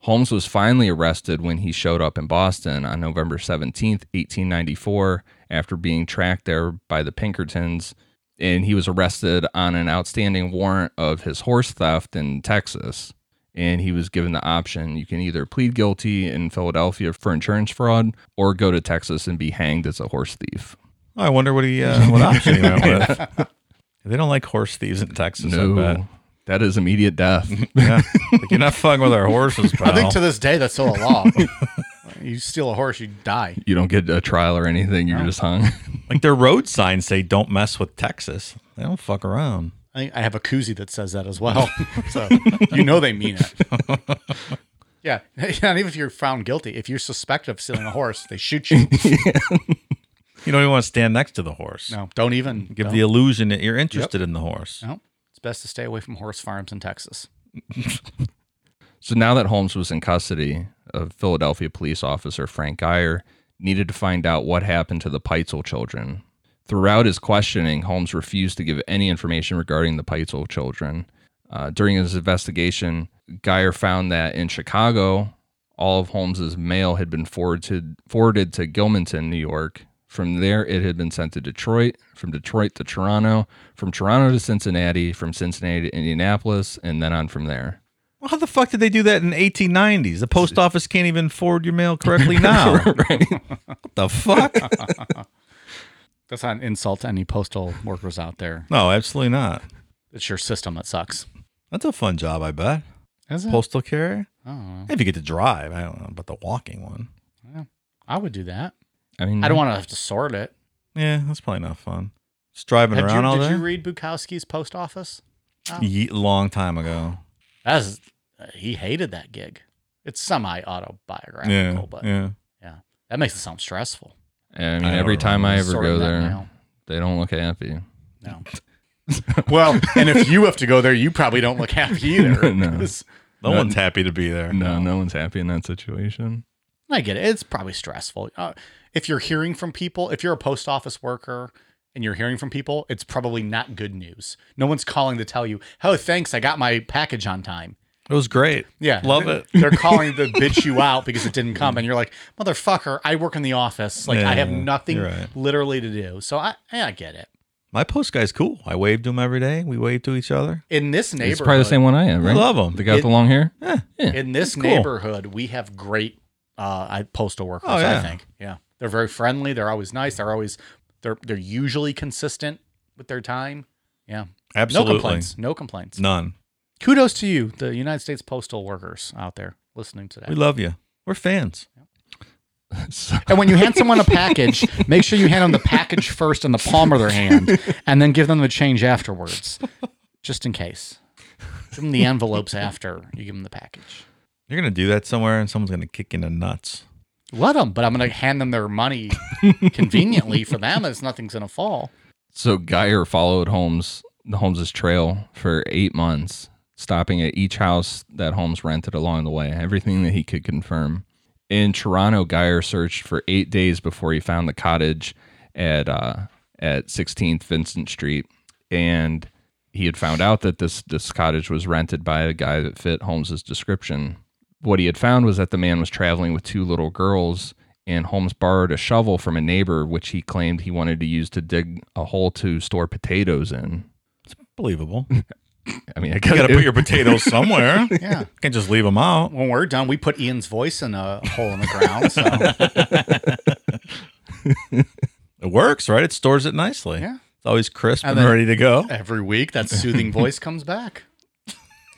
B: Holmes was finally arrested when he showed up in Boston on November 17th, 1894, after being tracked there by the Pinkertons. And he was arrested on an outstanding warrant of his horse theft in Texas. And he was given the option you can either plead guilty in Philadelphia for insurance fraud or go to Texas and be hanged as a horse thief.
A: [LAUGHS]
C: I wonder what he uh, what option he went with. They don't like horse thieves in Texas. I bet.
B: That is immediate death.
C: Yeah. Like, you're not fucking with our horses, pal.
A: I think to this day that's still a [LAUGHS] law. you steal a horse, you die.
B: you don't get a trial or anything. You're just hung.
C: like their road signs say, "Don't mess with Texas." They don't fuck around.
A: I think I have a koozie that says that as well. [LAUGHS] so you know they mean it. [LAUGHS] Yeah. [LAUGHS] Not even if you're found guilty. If you're suspected of stealing a horse, they shoot [LAUGHS] you.
C: You don't even want to stand next to the horse.
A: No, don't even
C: Give
A: don't.
C: the illusion that you're interested in the horse.
A: No, it's best to stay away from horse farms in Texas.
B: So now that Holmes was in custody, a Philadelphia police officer, Frank Geyer, needed to find out what happened to the Peitzel children. Throughout his questioning, Holmes refused to give any information regarding the Peitzel children. Uh, during his investigation, Geyer found that in Chicago, all of Holmes's mail had been forwarded forwarded to Gilmanton, New York. From there, it had been sent to Detroit, from Detroit to Toronto, from Toronto to Cincinnati, from Cincinnati to Indianapolis, and then on from there.
C: Well, how the fuck did they do that in the 1890s? The post office can't even forward your mail [LAUGHS] correctly now. What the [LAUGHS] fuck?
A: That's not an insult to any postal workers out there.
C: no, absolutely not.
A: It's your system that sucks.
C: That's a fun job, I bet.
A: Is it?
C: Postal carrier.
A: Oh,
C: If you get to drive, I don't know about the walking one.
A: I would do that.
B: I mean,
A: I don't want to have to sort it.
C: Yeah, that's probably not fun. Just driving
A: Had you-
C: around all
A: did
C: day.
A: you read Bukowski's post office?
C: Ye- long time ago.
A: That's he hated that gig. It's semi autobiographical,
C: Yeah,
A: but
C: yeah.
A: that makes it sound stressful.
B: I mean,
C: I don't
B: every time I ever
A: Sorting
B: go
A: that
B: there,
A: now.
B: they don't look happy.
A: No. well, and if you have to go there, you probably don't look happy either. [LAUGHS]
B: No.
A: 'Cause-
C: No
B: No.
C: one's happy to be there.
B: No, no one's happy in that situation.
A: I get it. It's probably stressful. Uh, if you're hearing from people, if you're a post office worker and you're hearing from people, it's probably not good news. No one's calling to tell you, "Oh, thanks, I got my package on time."
C: It was great.
A: Yeah,
C: Love
A: th- [LAUGHS]
C: it.
A: They're calling to bitch you out because it didn't come, and you're like, "Motherfucker, I work in the office. Like, I have
C: Yeah,
A: nothing
C: you're right.
A: literally to do." So I, I get it.
C: My post guy's cool. I wave to him every day. We wave to each other.
A: In this neighborhood,
B: It's probably the same one I am, right?
C: love 'em.
B: The guy with
A: It-
B: the long hair.
C: Yeah.
A: in this
C: cool.
A: neighborhood, we have great uh, I- postal workers.
C: Oh, yeah.
A: I think, yeah, they're very friendly. They're always nice. They're always they're they're usually consistent with their time. Yeah,
C: Absolutely.
A: no complaints. No complaints.
C: None.
A: Kudos to you, the United States postal workers out there listening today.
C: We love you. We're fans.
B: So-
A: and when you hand someone
C: [LAUGHS]
A: a package, make sure you hand them the package first in the palm of their hand, and then give them the change afterwards, just in case. Give them the envelopes after you give them the package.
C: You're gonna do that somewhere, and someone's gonna kick you in the nuts.
A: let them, but I'm going to hand them their
B: [LAUGHS]
A: money conveniently for them as nothing's going to fall.
B: so Geyer followed Holmes, the Holmes's trail for eight months, stopping at each house that Holmes rented along the way. Everything that he could confirm. In Toronto, Geyer searched for eight days before he found the cottage at uh, at 16th Vincent Street, and he had found out that this this cottage was rented by a guy that fit Holmes's description. What he had found was that the man was traveling with two little girls, and Holmes borrowed a shovel from a neighbor, which he claimed he wanted to use to dig a hole to store potatoes in.
A: [LAUGHS]
C: Believable.
B: I mean, I
C: You
B: gotta [LAUGHS]
C: gotta put your potatoes somewhere.
A: Yeah.
C: Can't just leave them out.
A: When we're done, we put Ian's voice in a hole in the ground. [LAUGHS] So
C: It works, right? It stores it nicely.
A: Yeah.
C: It's always crisp and,
A: And then-
C: ready to
A: [LAUGHS]
C: go.
A: every week, that soothing voice comes back.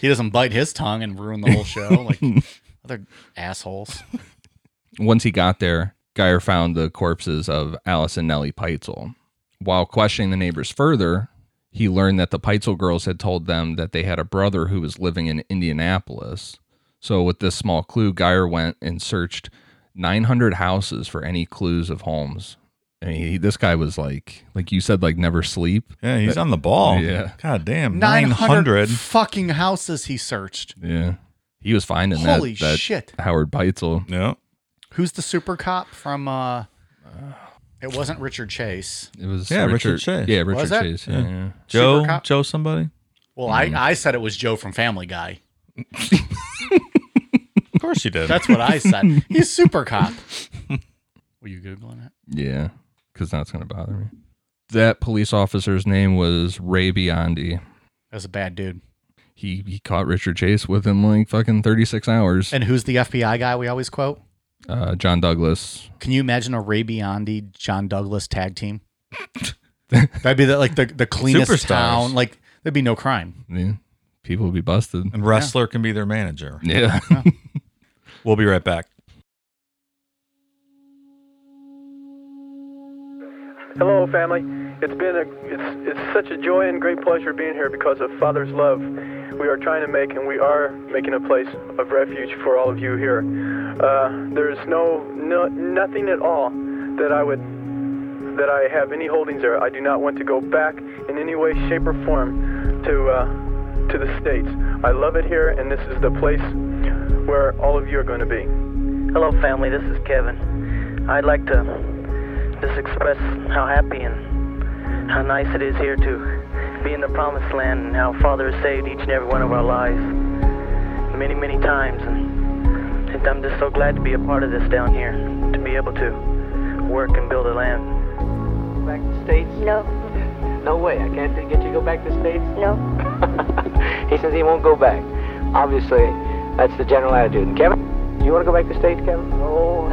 A: He doesn't bite his tongue and ruin the whole show like
B: [LAUGHS]
A: other assholes.
B: Once he got there, Geyer found the corpses of Alice and Nellie Peitzel. While questioning the neighbors further, he learned that the Peitzel girls had told them that they had a brother who was living in Indianapolis. So, with this small clue, Geyer went and searched 900 houses for any clues of Holmes. I mean, he, this guy was like, like you said, like never sleep.
C: Yeah, he's on the ball.
B: Yeah.
C: God damn.
A: 900
C: 900.
A: fucking houses he searched.
B: Yeah, he was finding
A: Holy
B: that, that
A: shit.
B: Howard Peitzel.
C: Yeah.
A: Who's the super cop from, uh, it wasn't Richard Chase.
B: It was
C: Yeah, Richard Chase.
B: Yeah,
A: Was
B: Richard
A: it?
B: Chase. Yeah, yeah.
A: Super
C: Joe,
A: cop?
C: Joe somebody?
A: Well, I,
B: Mm.
A: I said it was Joe from Family Guy.
C: Of course you did.
A: That's what I said. He's super cop. Were you Googling it?
B: Yeah, because that's going to bother me. That police officer's name was Ray Biondi.
A: That's a bad dude.
B: He he caught Richard Chase within like fucking 36 hours.
A: And who's the FBI guy we always quote?
B: Uh, John Douglas.
A: Can you imagine a Ray Biondi, John Douglas tag team? That'd be the, like the, the cleanest
C: Superstars.
A: town. Like there'd be no crime.
B: Yeah. people will be busted.
C: And wrestler can be their manager.
B: Yeah.
C: We'll be right back.
E: Hello, family. It's been a it's, it's such a joy and great pleasure being here because of Father's love. We are trying to make and we are making a place of refuge for all of you here. Uh, there's no, no nothing at all that I would that I have any holdings there. I do not want to go back in any way, shape, or form to uh, to the states. I love it here, and this is the place where all of you are going to be.
F: Hello, family. This is Kevin. I'd like to just express how happy and how nice it is here to be in the promised land and how Father has saved each and every one of our lives many, many times. And and I'm just so glad to be a part of this down here, to be able to work and build a land. Back to the States?
G: No,
F: No way. I can't get you to go back to the States.
G: no.
F: he says he won't go back. Obviously, that's the general attitude. Kevin, you want to go back to the States, Kevin? Oh,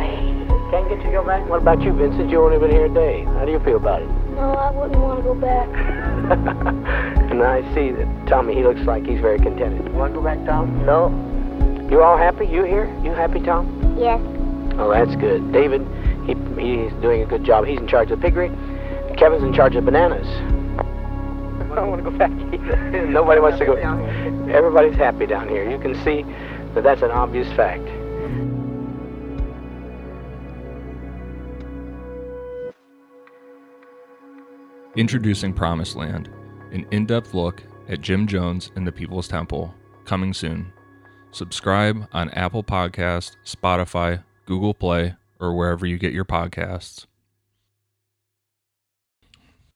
F: can't get you to go back. What about you, Vincent? You've only been here a day. How do you feel about it?
G: No, I wouldn't want to go back.
F: [LAUGHS] and I see that Tommy, he looks like he's very contented. You want to go back, Tom? No. You all happy? You here? You happy, Tom?
G: Yes.
F: Oh, that's good. David, he, he's doing a good job. He's in charge of the piggery. Kevin's in charge of bananas. I don't want to go back either. [LAUGHS] Nobody wants to go. Everybody's happy down here. You can see that that's an obvious fact.
B: Introducing Promised Land, an in depth look at Jim Jones and the People's Temple, coming soon. Subscribe on Apple Podcast, Spotify, Google Play, or wherever you get your podcasts.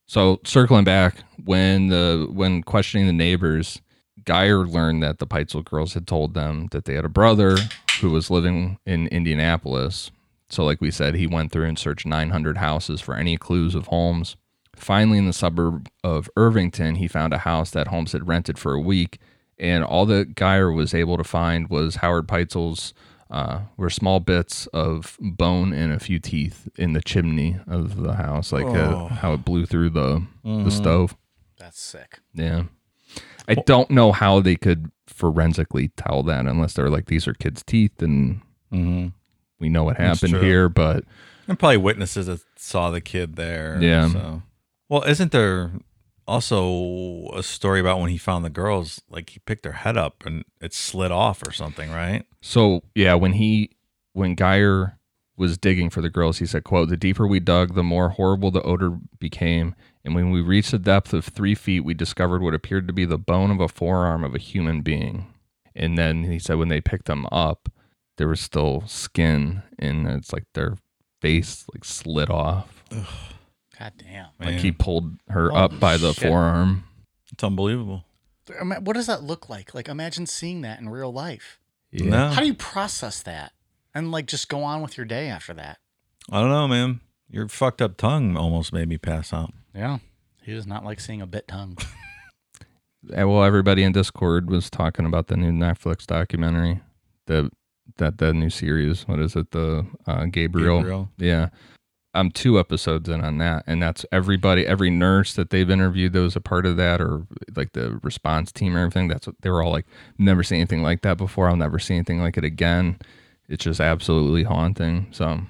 B: So circling back, when the when questioning the neighbors, Geyer learned that the Peitzel girls had told them that they had a brother who was living in Indianapolis. So like we said, he went through and searched 900 houses for any clues of Holmes. Finally, in the suburb of Irvington, he found a house that Holmes had rented for a week, and all that Geyer was able to find was Howard Peitzel's uh, were small bits of bone and a few teeth in the chimney of the house, like uh, how it blew through the the stove.
A: Oh. Mm-hmm. That's sick.
B: Yeah, I don't know how they could forensically tell that unless they're like these are kids' teeth and we know what happened
C: true.
B: here, but
C: And probably witnesses that saw the kid there.
B: Yeah.
C: So. Well, isn't there also a story about when he found the girls? Like he picked their head up and it slid off or something, right?
B: So yeah, when he when Geyer was digging for the girls, he said, quote, the deeper we dug, the more horrible the odor became, and when we reached a depth of three feet, we discovered what appeared to be the bone of a forearm of a human being. And then he said when they picked them up, there was still skin and it's like their face like slid off.
A: God damn.
B: Like
C: Man,
B: he pulled her up by the forearm.
C: it's unbelievable.
A: Ima- What does that look like? Like, imagine seeing that in real life.
B: Yeah.
C: No,
A: How do you process that and like just go on with your day after that?
C: I don't know, man. Your fucked up tongue almost made me pass out.
A: Yeah. He does not like seeing a bit tongue.
B: Uh, well everybody in discord was talking about the new netflix documentary the that the new series what is it the uh gabriel,
C: Gabriel.
B: yeah i'm two episodes in on that and that's everybody every nurse that they've interviewed that was a part of that or like the response team or everything that's what they were all like never seen anything like that before i'll never see anything like it again it's just absolutely haunting so i'm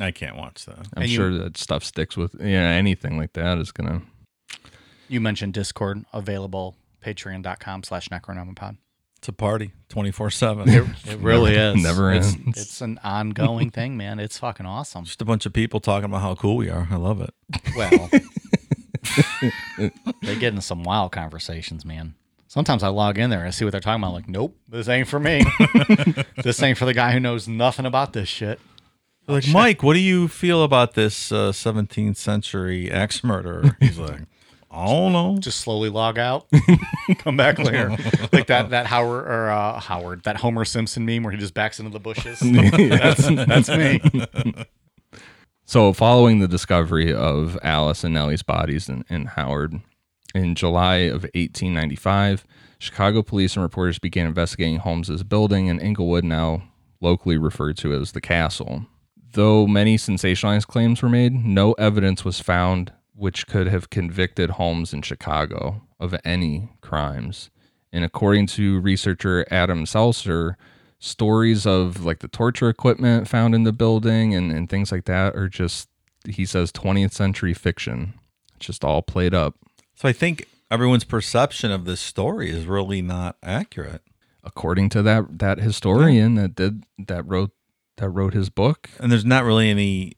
C: I can't watch that.
A: And you-
B: sure that stuff sticks with yeah anything like that is gonna
A: you mentioned Discord available patreon.com slash necronomicon.
C: It's a party, twenty four seven.
A: It really is.
B: never
A: it's,
B: ends.
A: It's an ongoing thing, man. It's fucking
B: [LAUGHS]
A: awesome.
C: [LAUGHS] Just a bunch of people talking about how cool we are. I love it.
A: Well, they get into some wild conversations, man. Sometimes I log in there and I see what they're talking about. like, nope, this ain't for
B: [LAUGHS]
A: me. this ain't for the guy who knows nothing about this shit.
C: They're like, Mike, what do you feel about this uh, 17th century axe murderer?
A: [LAUGHS]
C: He's like, I don't know.
A: Just slowly log out,
B: [LAUGHS]
A: come back later. Like that that Howard or uh, Howard that Homer Simpson meme where he just backs into the
B: [LAUGHS]
A: bushes. that's, that's me.
B: So, following the discovery of Alice and Nellie's bodies in, in Howard in July of 1895, Chicago police and reporters began investigating Holmes's building in Englewood, now locally referred to as the Castle. Though many sensationalized claims were made, no evidence was found which could have convicted Holmes in Chicago of any crimes. And according to researcher Adam Seltzer, stories of like the torture equipment found in the building and, and things like that are just, he says, 20th century fiction, just all played up.
C: So I think everyone's perception of this story is really not accurate.
B: According to that that historian that did that wrote that wrote his book,
C: And there's not really any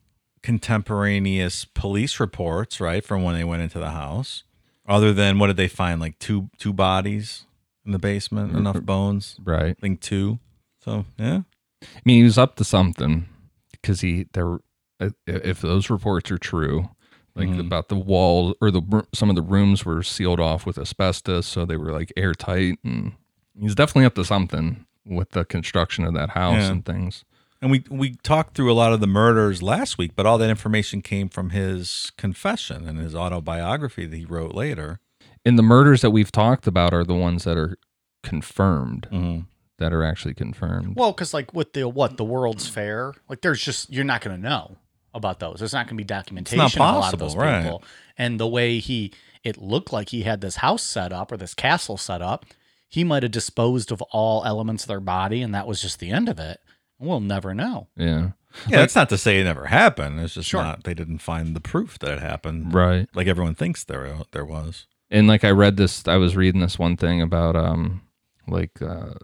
C: contemporaneous police reports, right, from when they went into the house, other than what did they find? Like two two bodies in the basement, enough bones.
B: right?
C: I think two. So yeah,
B: I mean, he was up to something because he there. i- If those reports are true, like about the wall or the r- some of the rooms were sealed off with asbestos, so they were like airtight, and he's definitely up to something with the construction of that house
C: Yeah.
B: and things.
C: and we we talked through a lot of the murders last week, but all that information came from his confession and his autobiography that he wrote later.
B: And the murders that we've talked about are the ones that are confirmed,
C: Mhm.
B: that are actually confirmed.
A: Well, because like with the what the World's Fair, like there's just you're not going to know about those. There's not going to be documentation of a lot of
C: possible,
A: those
C: right.
A: people. And the way he it looked like he had this house set up or this castle set up, he might have disposed of all elements of their body, and that was just the end of it. We'll never know.
B: yeah,
C: Yeah, that's not to say it never happened. It's just
A: Sure.
C: not they didn't find the proof that it happened,
B: right.
C: like everyone thinks there there was.
B: and like I read this, I was reading this one thing about um like uh,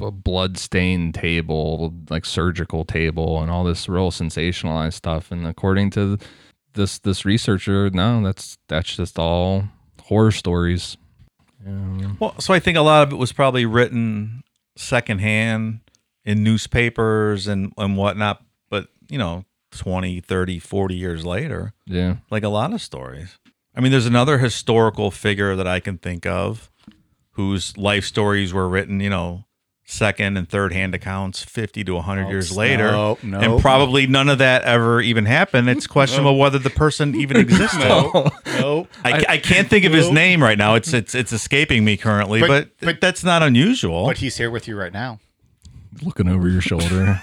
B: a blood stained table, like surgical table, and all this real sensationalized stuff. And according to this this researcher, no, that's that's just all horror stories. Yeah.
C: Well, so I think a lot of it was probably written secondhand in newspapers and, and whatnot, but you know, 20, 30, 40 years later,
B: yeah.
C: like a lot of stories. I mean, there's another historical figure that I can think of whose life stories were written, you know, second and third hand accounts 50 to 100
A: Oh,
C: years
A: no,
C: later.
A: no.
C: And probably none of that ever even happened. It's questionable whether the person even existed.
A: No,
C: I, I can't think of his
A: No.
C: name right now. It's it's it's escaping me currently,
A: But-
C: but but,
A: but-
C: that's not unusual.
A: but he's here with you right now.
B: Looking over your [LAUGHS] shoulder.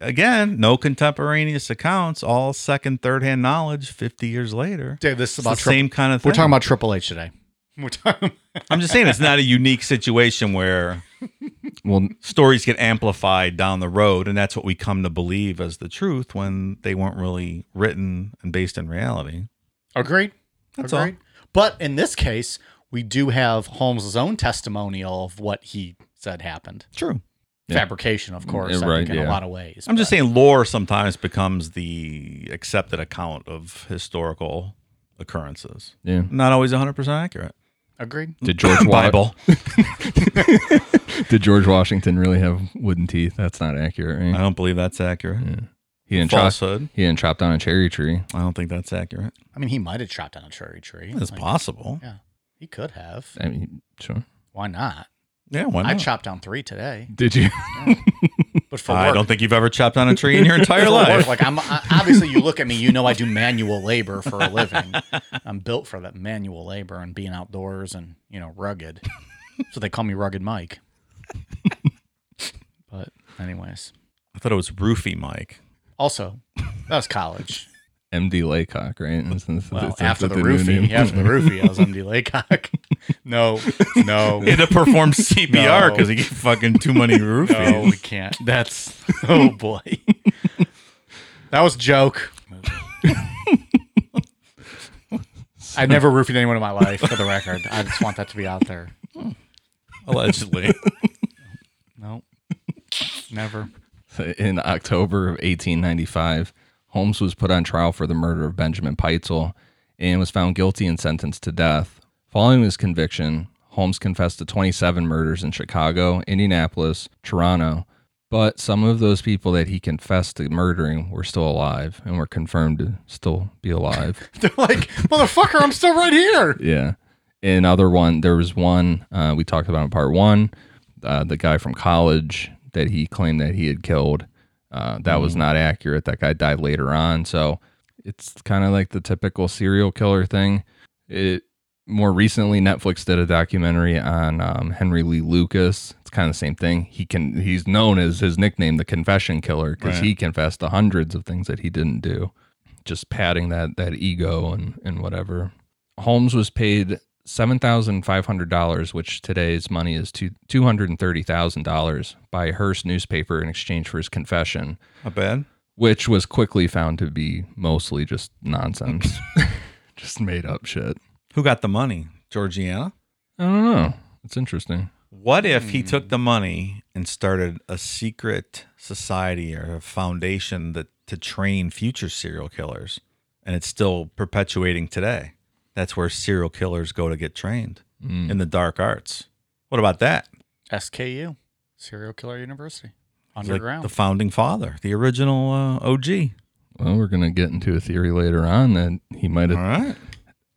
C: Again, no contemporaneous accounts, all second, third hand knowledge. Fifty years later,
A: Dave, this is
C: It's
A: about
C: the
A: Trip-
C: same kind of thing.
A: We're talking about Triple H today. We're talking.
C: I'm just saying, it's not a unique situation where
B: well,
C: stories get amplified down the road, and that's what we come to believe as the truth when they weren't really written and based in reality.
A: Agreed.
C: That's
A: Agreed. But in this case, we do have Holmes' own testimonial of what he said happened.
C: all. True.
B: Yeah.
A: Fabrication, of course,
B: Yeah,
A: I
B: right,
A: think in a
B: yeah.
A: lot of ways.
C: I'm just
A: but-
C: saying, lore sometimes becomes the accepted account of historical occurrences.
B: yeah.
C: Not always 100 percent accurate.
A: Agreed.
B: Did George Wa-
C: Bible.
B: Did George Washington really have wooden teeth? That's not accurate.
C: I
B: Right?
C: don't believe that's accurate.
B: He didn't chop.
C: Falsehood.
B: He didn't chop down a cherry tree.
C: I don't think that's accurate.
A: I mean, he might have chopped down a cherry tree.
C: It's
A: Like,
C: possible.
A: Yeah, he could have.
B: I mean, sure.
A: Why not?
C: Yeah, why
A: I
C: not?
A: chopped down three today,
B: Did you?
A: but for
C: I
A: work.
C: don't think you've ever chopped down a
A: [LAUGHS]
C: tree in your entire
A: for work,
C: life.
A: Like I'm I, obviously, you look at me, you know I do manual labor for a living. I'm built for that manual labor and being outdoors and you know rugged. So they call me Rugged Mike. But anyways,
C: I thought it was roofie Mike.
A: also that was college.
B: MD Laycock, right? It's- it's-
A: Well,
B: it's-
A: after
B: it's
A: the
B: a new name.
A: roofie, yeah,
B: [LAUGHS]
A: after the roofie, I was MD Laycock. [LAUGHS] No, no,
B: [LAUGHS]
C: He had to
A: [LAUGHS]
C: perform CPR
A: No.
C: because he gave fucking too
A: [LAUGHS]
C: many
A: no, we
C: roofies.
A: can't. That's [LAUGHS] oh boy, that was a joke. I never roofied anyone in my life, for the record. I just want that to be out there.
C: [LAUGHS] Allegedly.
A: No, never. [LAUGHS]
B: In October of 1895, Holmes was put on trial for the murder of Benjamin Peitzel and was found guilty and sentenced to death. Following his conviction, Holmes confessed to 27 murders in Chicago, Indianapolis, Toronto, but some of those people that he confessed to murdering were still alive and were confirmed to still
A: [LAUGHS]
B: be alive.
A: They're like, motherfucker, I'm still right here.
B: Yeah. And other one, there was one uh, we talked about in part one, uh, the guy from college that he claimed that he had killed. Uh, that was not accurate. That guy died later on. So it's kind of like the typical serial killer thing. It more recently, Netflix did a documentary on um, Henry Lee Lucas. It's kind of the same thing. He can he's known as his nickname, the Confession Killer, because
C: Right.
B: he confessed to hundreds of things that he didn't do, just padding that that ego and and whatever. Holmes was paid $7,500, which today's money is two- $230,000, by Hearst newspaper in exchange for his confession,
C: Not bad.
B: which was quickly found to be mostly just nonsense, [LAUGHS] just made up shit.
C: Who got the money? Georgiana?
B: I don't know. It's interesting.
C: What if he
A: Hmm.
C: took the money and started a secret society or a foundation that to train future serial killers and it's still perpetuating today? That's where serial killers go to get trained
A: Hmm.
C: in the dark arts. What about that?
A: SKU, Serial Killer University,
C: He's like
A: underground.
C: the founding father, the original uh, OG.
B: Well, we're gonna get into a theory later on that he might
C: All
B: have
C: right.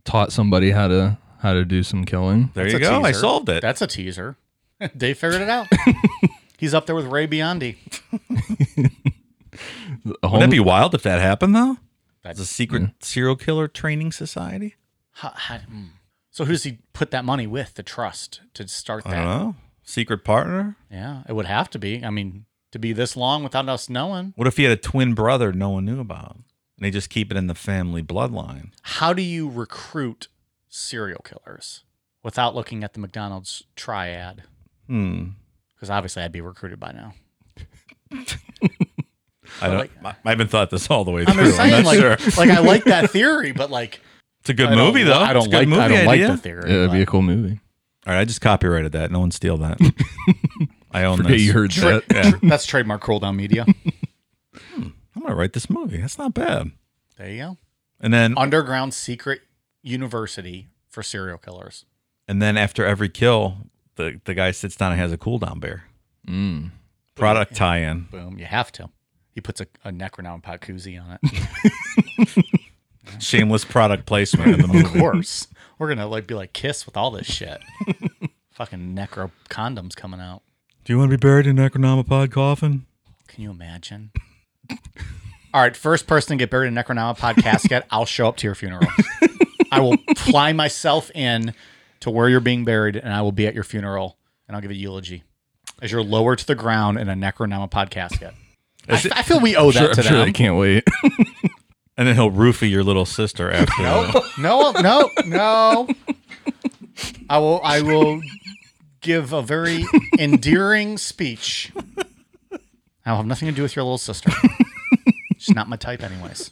B: taught somebody how to how to do some killing.
C: There
A: That's
C: you
A: a
C: go. I
A: teaser.
C: solved it.
A: That's a teaser. [LAUGHS] Dave figured it
C: [LAUGHS]
A: out. He's up there with Ray Biondi.
B: A
C: Wouldn't
B: home-
C: it be wild if that happened though?
A: That-
C: It's a secret
A: Hmm.
C: serial killer training society.
A: Ha- ha- mm. So who does he put that money with? The trust to start
C: I don't
A: that?
C: know. Secret partner.
A: Yeah, it would have to be. I mean, to be this long without us knowing,
C: What if he had a twin brother no one knew about? And they just keep it in the family bloodline.
A: how do you recruit serial killers without looking at the McDonald's triad?
C: Hmm.
A: Because obviously, I'd be recruited by now.
C: I don't. I I haven't thought this all the way
A: [LAUGHS] I'm
C: through.
A: just
C: I'm
A: saying,
C: not
A: like,
C: sure.
A: like I like that theory, but like,
C: It's a good
A: I don't-
C: movie though.
A: I
C: It's
A: don't
C: a
A: like.
C: good
A: I don't like
C: idea.
A: the theory.
B: Yeah, it'd be a
A: but-
B: cool movie.
C: All right, I just copyrighted that. No one
A: [LAUGHS]
C: steal that. I own
B: Forget
C: this.
B: you heard that.
A: That's trademark roll down media.
C: I'm gonna write this movie. That's not bad.
A: there you go.
C: And then,
A: Underground secret university for serial killers.
C: and then after every kill, the the guy sits down and has a cooldown bear.
B: Mm.
C: Product tie-in.
A: Boom. You have to. He puts a, a Necronoun Pakuzi on it.
C: Shameless product placement in the movie.
B: [LAUGHS]
A: Of course. We're gonna like be like kiss with all this shit. [LAUGHS] Fucking necro condoms coming out.
C: Do you want to be buried in an Necronomicon coffin?
A: Can you imagine? [LAUGHS] All right, first person to get buried in a Necronomicon casket, I'll show up to your funeral. I will fly myself in to where you're being buried, and I will be at your funeral, and I'll give a eulogy as you're lower to the ground in a Necronomicon casket. I, I feel we owe that
B: Sure, I'm
A: to
B: sure
A: them.
B: they can't wait.
C: And then he'll roofie your little sister after. that.
A: no, no, no. I will. I will give a very endearing speech. I'll have nothing to do with your little sister. She's not my type, anyways.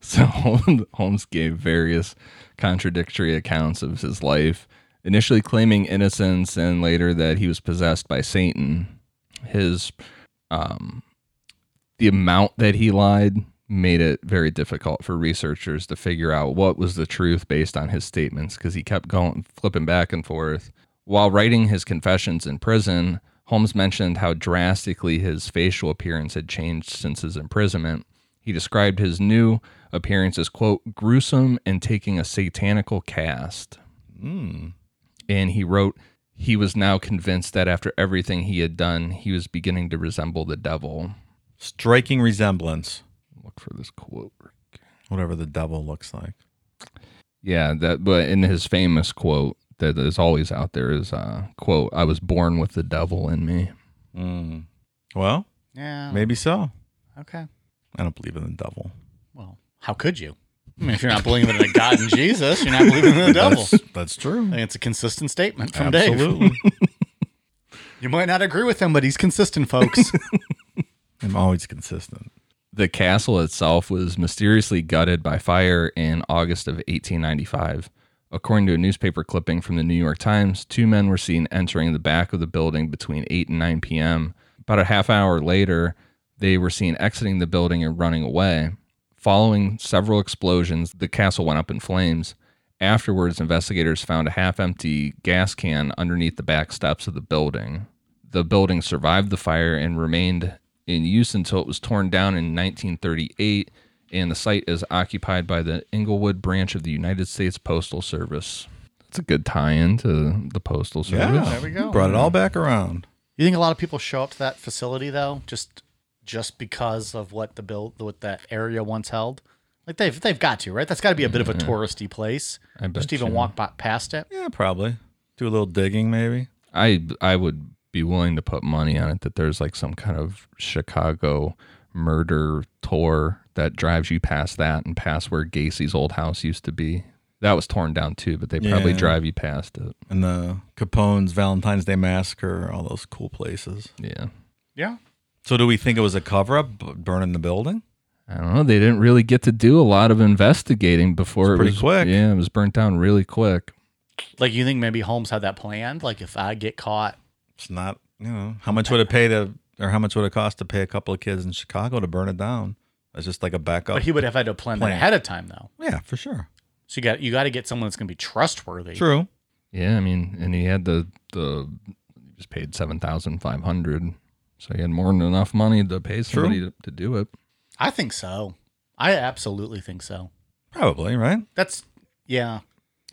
B: So [LAUGHS] Holmes- Holmes gave various contradictory accounts of his life, initially claiming innocence and later that he was possessed by Satan. His um the amount that he lied made it very difficult for researchers to figure out what was the truth based on his statements because he kept going flipping back and forth. While writing his confessions in prison, Holmes mentioned how drastically his facial appearance had changed since his imprisonment. He described his new appearance as, quote, gruesome and taking a satanical cast.
C: Hmm.
B: And he wrote, he was now convinced that after everything he had done, he was beginning to resemble the devil.
C: Striking resemblance.
B: Look for this quote.
C: Whatever the devil looks like.
B: Yeah, that but in his famous quote that is always out there is uh quote, I was born with the devil in me.
C: Mm. Well,
A: Yeah.
C: maybe so.
A: Okay.
C: I don't believe in the
A: [LAUGHS]
C: devil.
A: Well, how could you? I mean, if you're not believing in a God and Jesus, you're not believing in the devil.
C: That's, that's true.
A: I think it's a consistent statement from Dave. [LAUGHS]
C: Absolutely.
A: You might not agree with him, but he's consistent, folks.
C: I'm always consistent.
B: The castle itself was mysteriously gutted by fire in August of 1895. According to a newspaper clipping from the New York Times, two men were seen entering the back of the building between 8 and 9 p.m. About a half hour later, they were seen exiting the building and running away. Following several explosions, the castle went up in flames. Afterwards, investigators found a half empty gas can underneath the back steps of the building. The building survived the fire and remained in use until it was torn down in 1938, and the site is occupied by the Inglewood branch of the United States Postal Service. That's a good tie in to the Postal Service.
C: Yeah, there
A: we go.
C: Brought it all back around.
A: You think a lot of people show up to that facility though, just just because of what the build, what that area once held? Like they've they've got to right. That's got to be a bit of a touristy place.
B: Mm-hmm. I bet
A: just even
B: you.
A: walk by, past it.
C: Yeah, probably. Do a little digging, maybe.
B: I I would be willing to put money on it that there's like some kind of Chicago murder tour that drives you past that and past where Gacy's old house used to be. That was torn down too, but they probably
C: Yeah.
B: drive you past it.
C: and the Capone's Valentine's Day Massacre, all those cool places.
B: Yeah.
A: Yeah.
C: So, do we think it was a cover up, b- burning the building?
B: I don't know. They didn't really get to do a lot of investigating before
C: It's
B: it
C: pretty
B: was
C: quick.
B: Yeah, it was burnt down really quick.
A: Like you think maybe Holmes had that planned? Like if I get caught,
C: It's not, you know, how much would it pay to, or how much would it cost to pay a couple of kids in Chicago to burn it down? It's just like a backup.
A: but he would have had to plan,
C: Plan.
A: that ahead of time though.
C: yeah, for sure.
A: So you got you got to get someone that's going to be trustworthy.
C: True.
B: Yeah, I mean, and he had the the he was paid seven thousand five hundred, so he had more than enough money to pay somebody to, to do it.
A: I think so. I absolutely think so.
C: Probably, right?
A: That's yeah.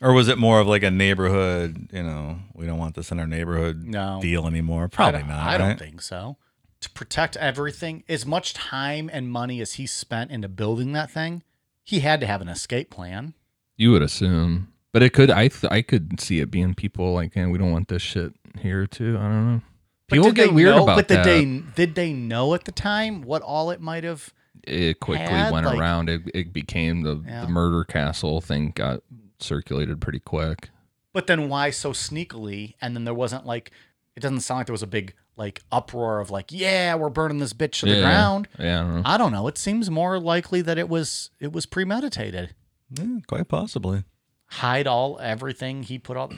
C: Or was it more of like a neighborhood, you know, we don't want this in our neighborhood
A: No.
C: deal anymore?
A: I
C: Probably
A: don't,
C: not.
A: I don't
C: right?
A: think so. To protect everything, as much time and money as he spent into building that thing, he had to have an escape plan.
B: You would assume, but it could. I th- I could see it being people like, man, we don't want this shit here too. I don't know.
A: But
B: People
A: did
B: get
A: they
B: weird
A: know,
B: about
A: but
B: that.
A: did they did they know at the time what all it might have?
B: it quickly
A: had,
B: went
A: like-
B: around. It, it became the,
A: Yeah.
B: the murder castle thing. Got circulated pretty quick.
A: But then why so sneakily? And then there wasn't like it doesn't sound like there was a big like uproar of like yeah we're burning this bitch to the
B: Yeah. Mm-hmm.
A: ground.
B: Yeah, I don't know.
A: I don't know. It seems more likely that it was it was premeditated.
C: Yeah, quite possibly.
A: hide all everything he put up.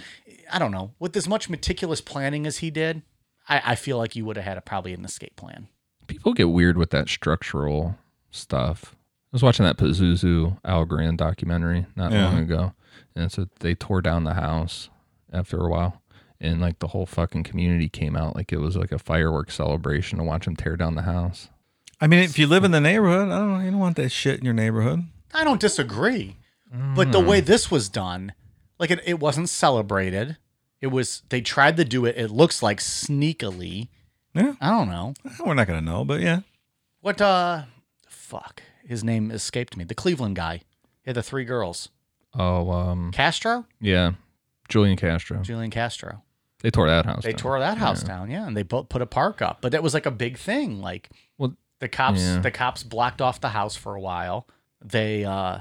A: I don't know. With as much meticulous planning as he did, I, I feel like you would have had a, probably an escape plan.
B: people get weird with that structural stuff. I was watching that Pazuzu Al Grand documentary not
C: Yeah.
B: long ago, and so they tore down the house after a while, and like the whole fucking community came out like it was like a fireworks celebration to watch them tear down the house.
C: I mean, if you live in the neighborhood, I don't know, you don't want that shit in your neighborhood.
A: I don't disagree, but the way this was done, like it, it wasn't celebrated. It was they tried to do it. It looks like sneakily.
C: Yeah.
A: I don't know
C: We're not going to know, but yeah.
A: what. uh Fuck, his name escaped me. The Cleveland guy. He had the three girls.
B: Oh, um,
A: Castro,
B: yeah, Julian Castro.
A: Julian Castro.
B: They tore that house.
A: They
B: down.
A: tore that house
B: Yeah.
A: down, yeah, and they put put a park up. But that was like a big thing. Like,
B: Well,
A: the cops
B: yeah.
A: the cops blocked off the house for a while. They uh,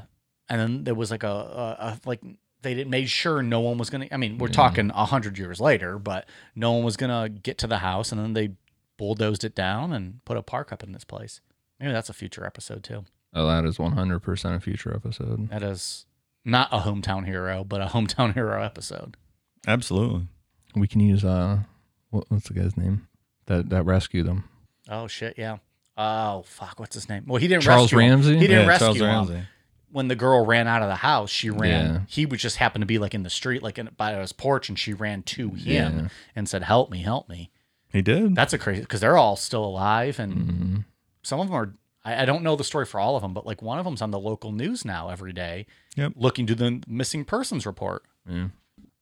A: and then there was like a, a, a like they did, made sure no one was gonna. I mean, we're talking a hundred years later, but no one was gonna get to the house. And then they bulldozed it down and put a park up in this place. Maybe that's a future episode too.
B: Oh, that is one hundred percent a future episode.
A: That is not a hometown hero, but a hometown [LAUGHS] hero episode.
C: Absolutely.
B: We can use uh, what, what's the guy's name that that rescued them?
A: Oh shit, yeah. Oh fuck, what's his name? Well, he didn't
B: Charles
A: rescue him.
B: Ramsey?
A: He didn't
C: Yeah,
A: rescue
C: Charles
A: him.
C: Ramsey.
A: when the girl ran out of the house, she ran.
B: Yeah.
A: He would just happen to be like in the street, like in, by his porch, and she ran to him
B: Yeah.
A: and said, "Help me, help me."
C: He did.
A: That's a crazy because they're all still alive, and
B: Mhm.
A: some of them are. I, I don't know the story for all of them, but like one of them's on the local news now every day,
C: Yep.
A: looking to the missing persons report.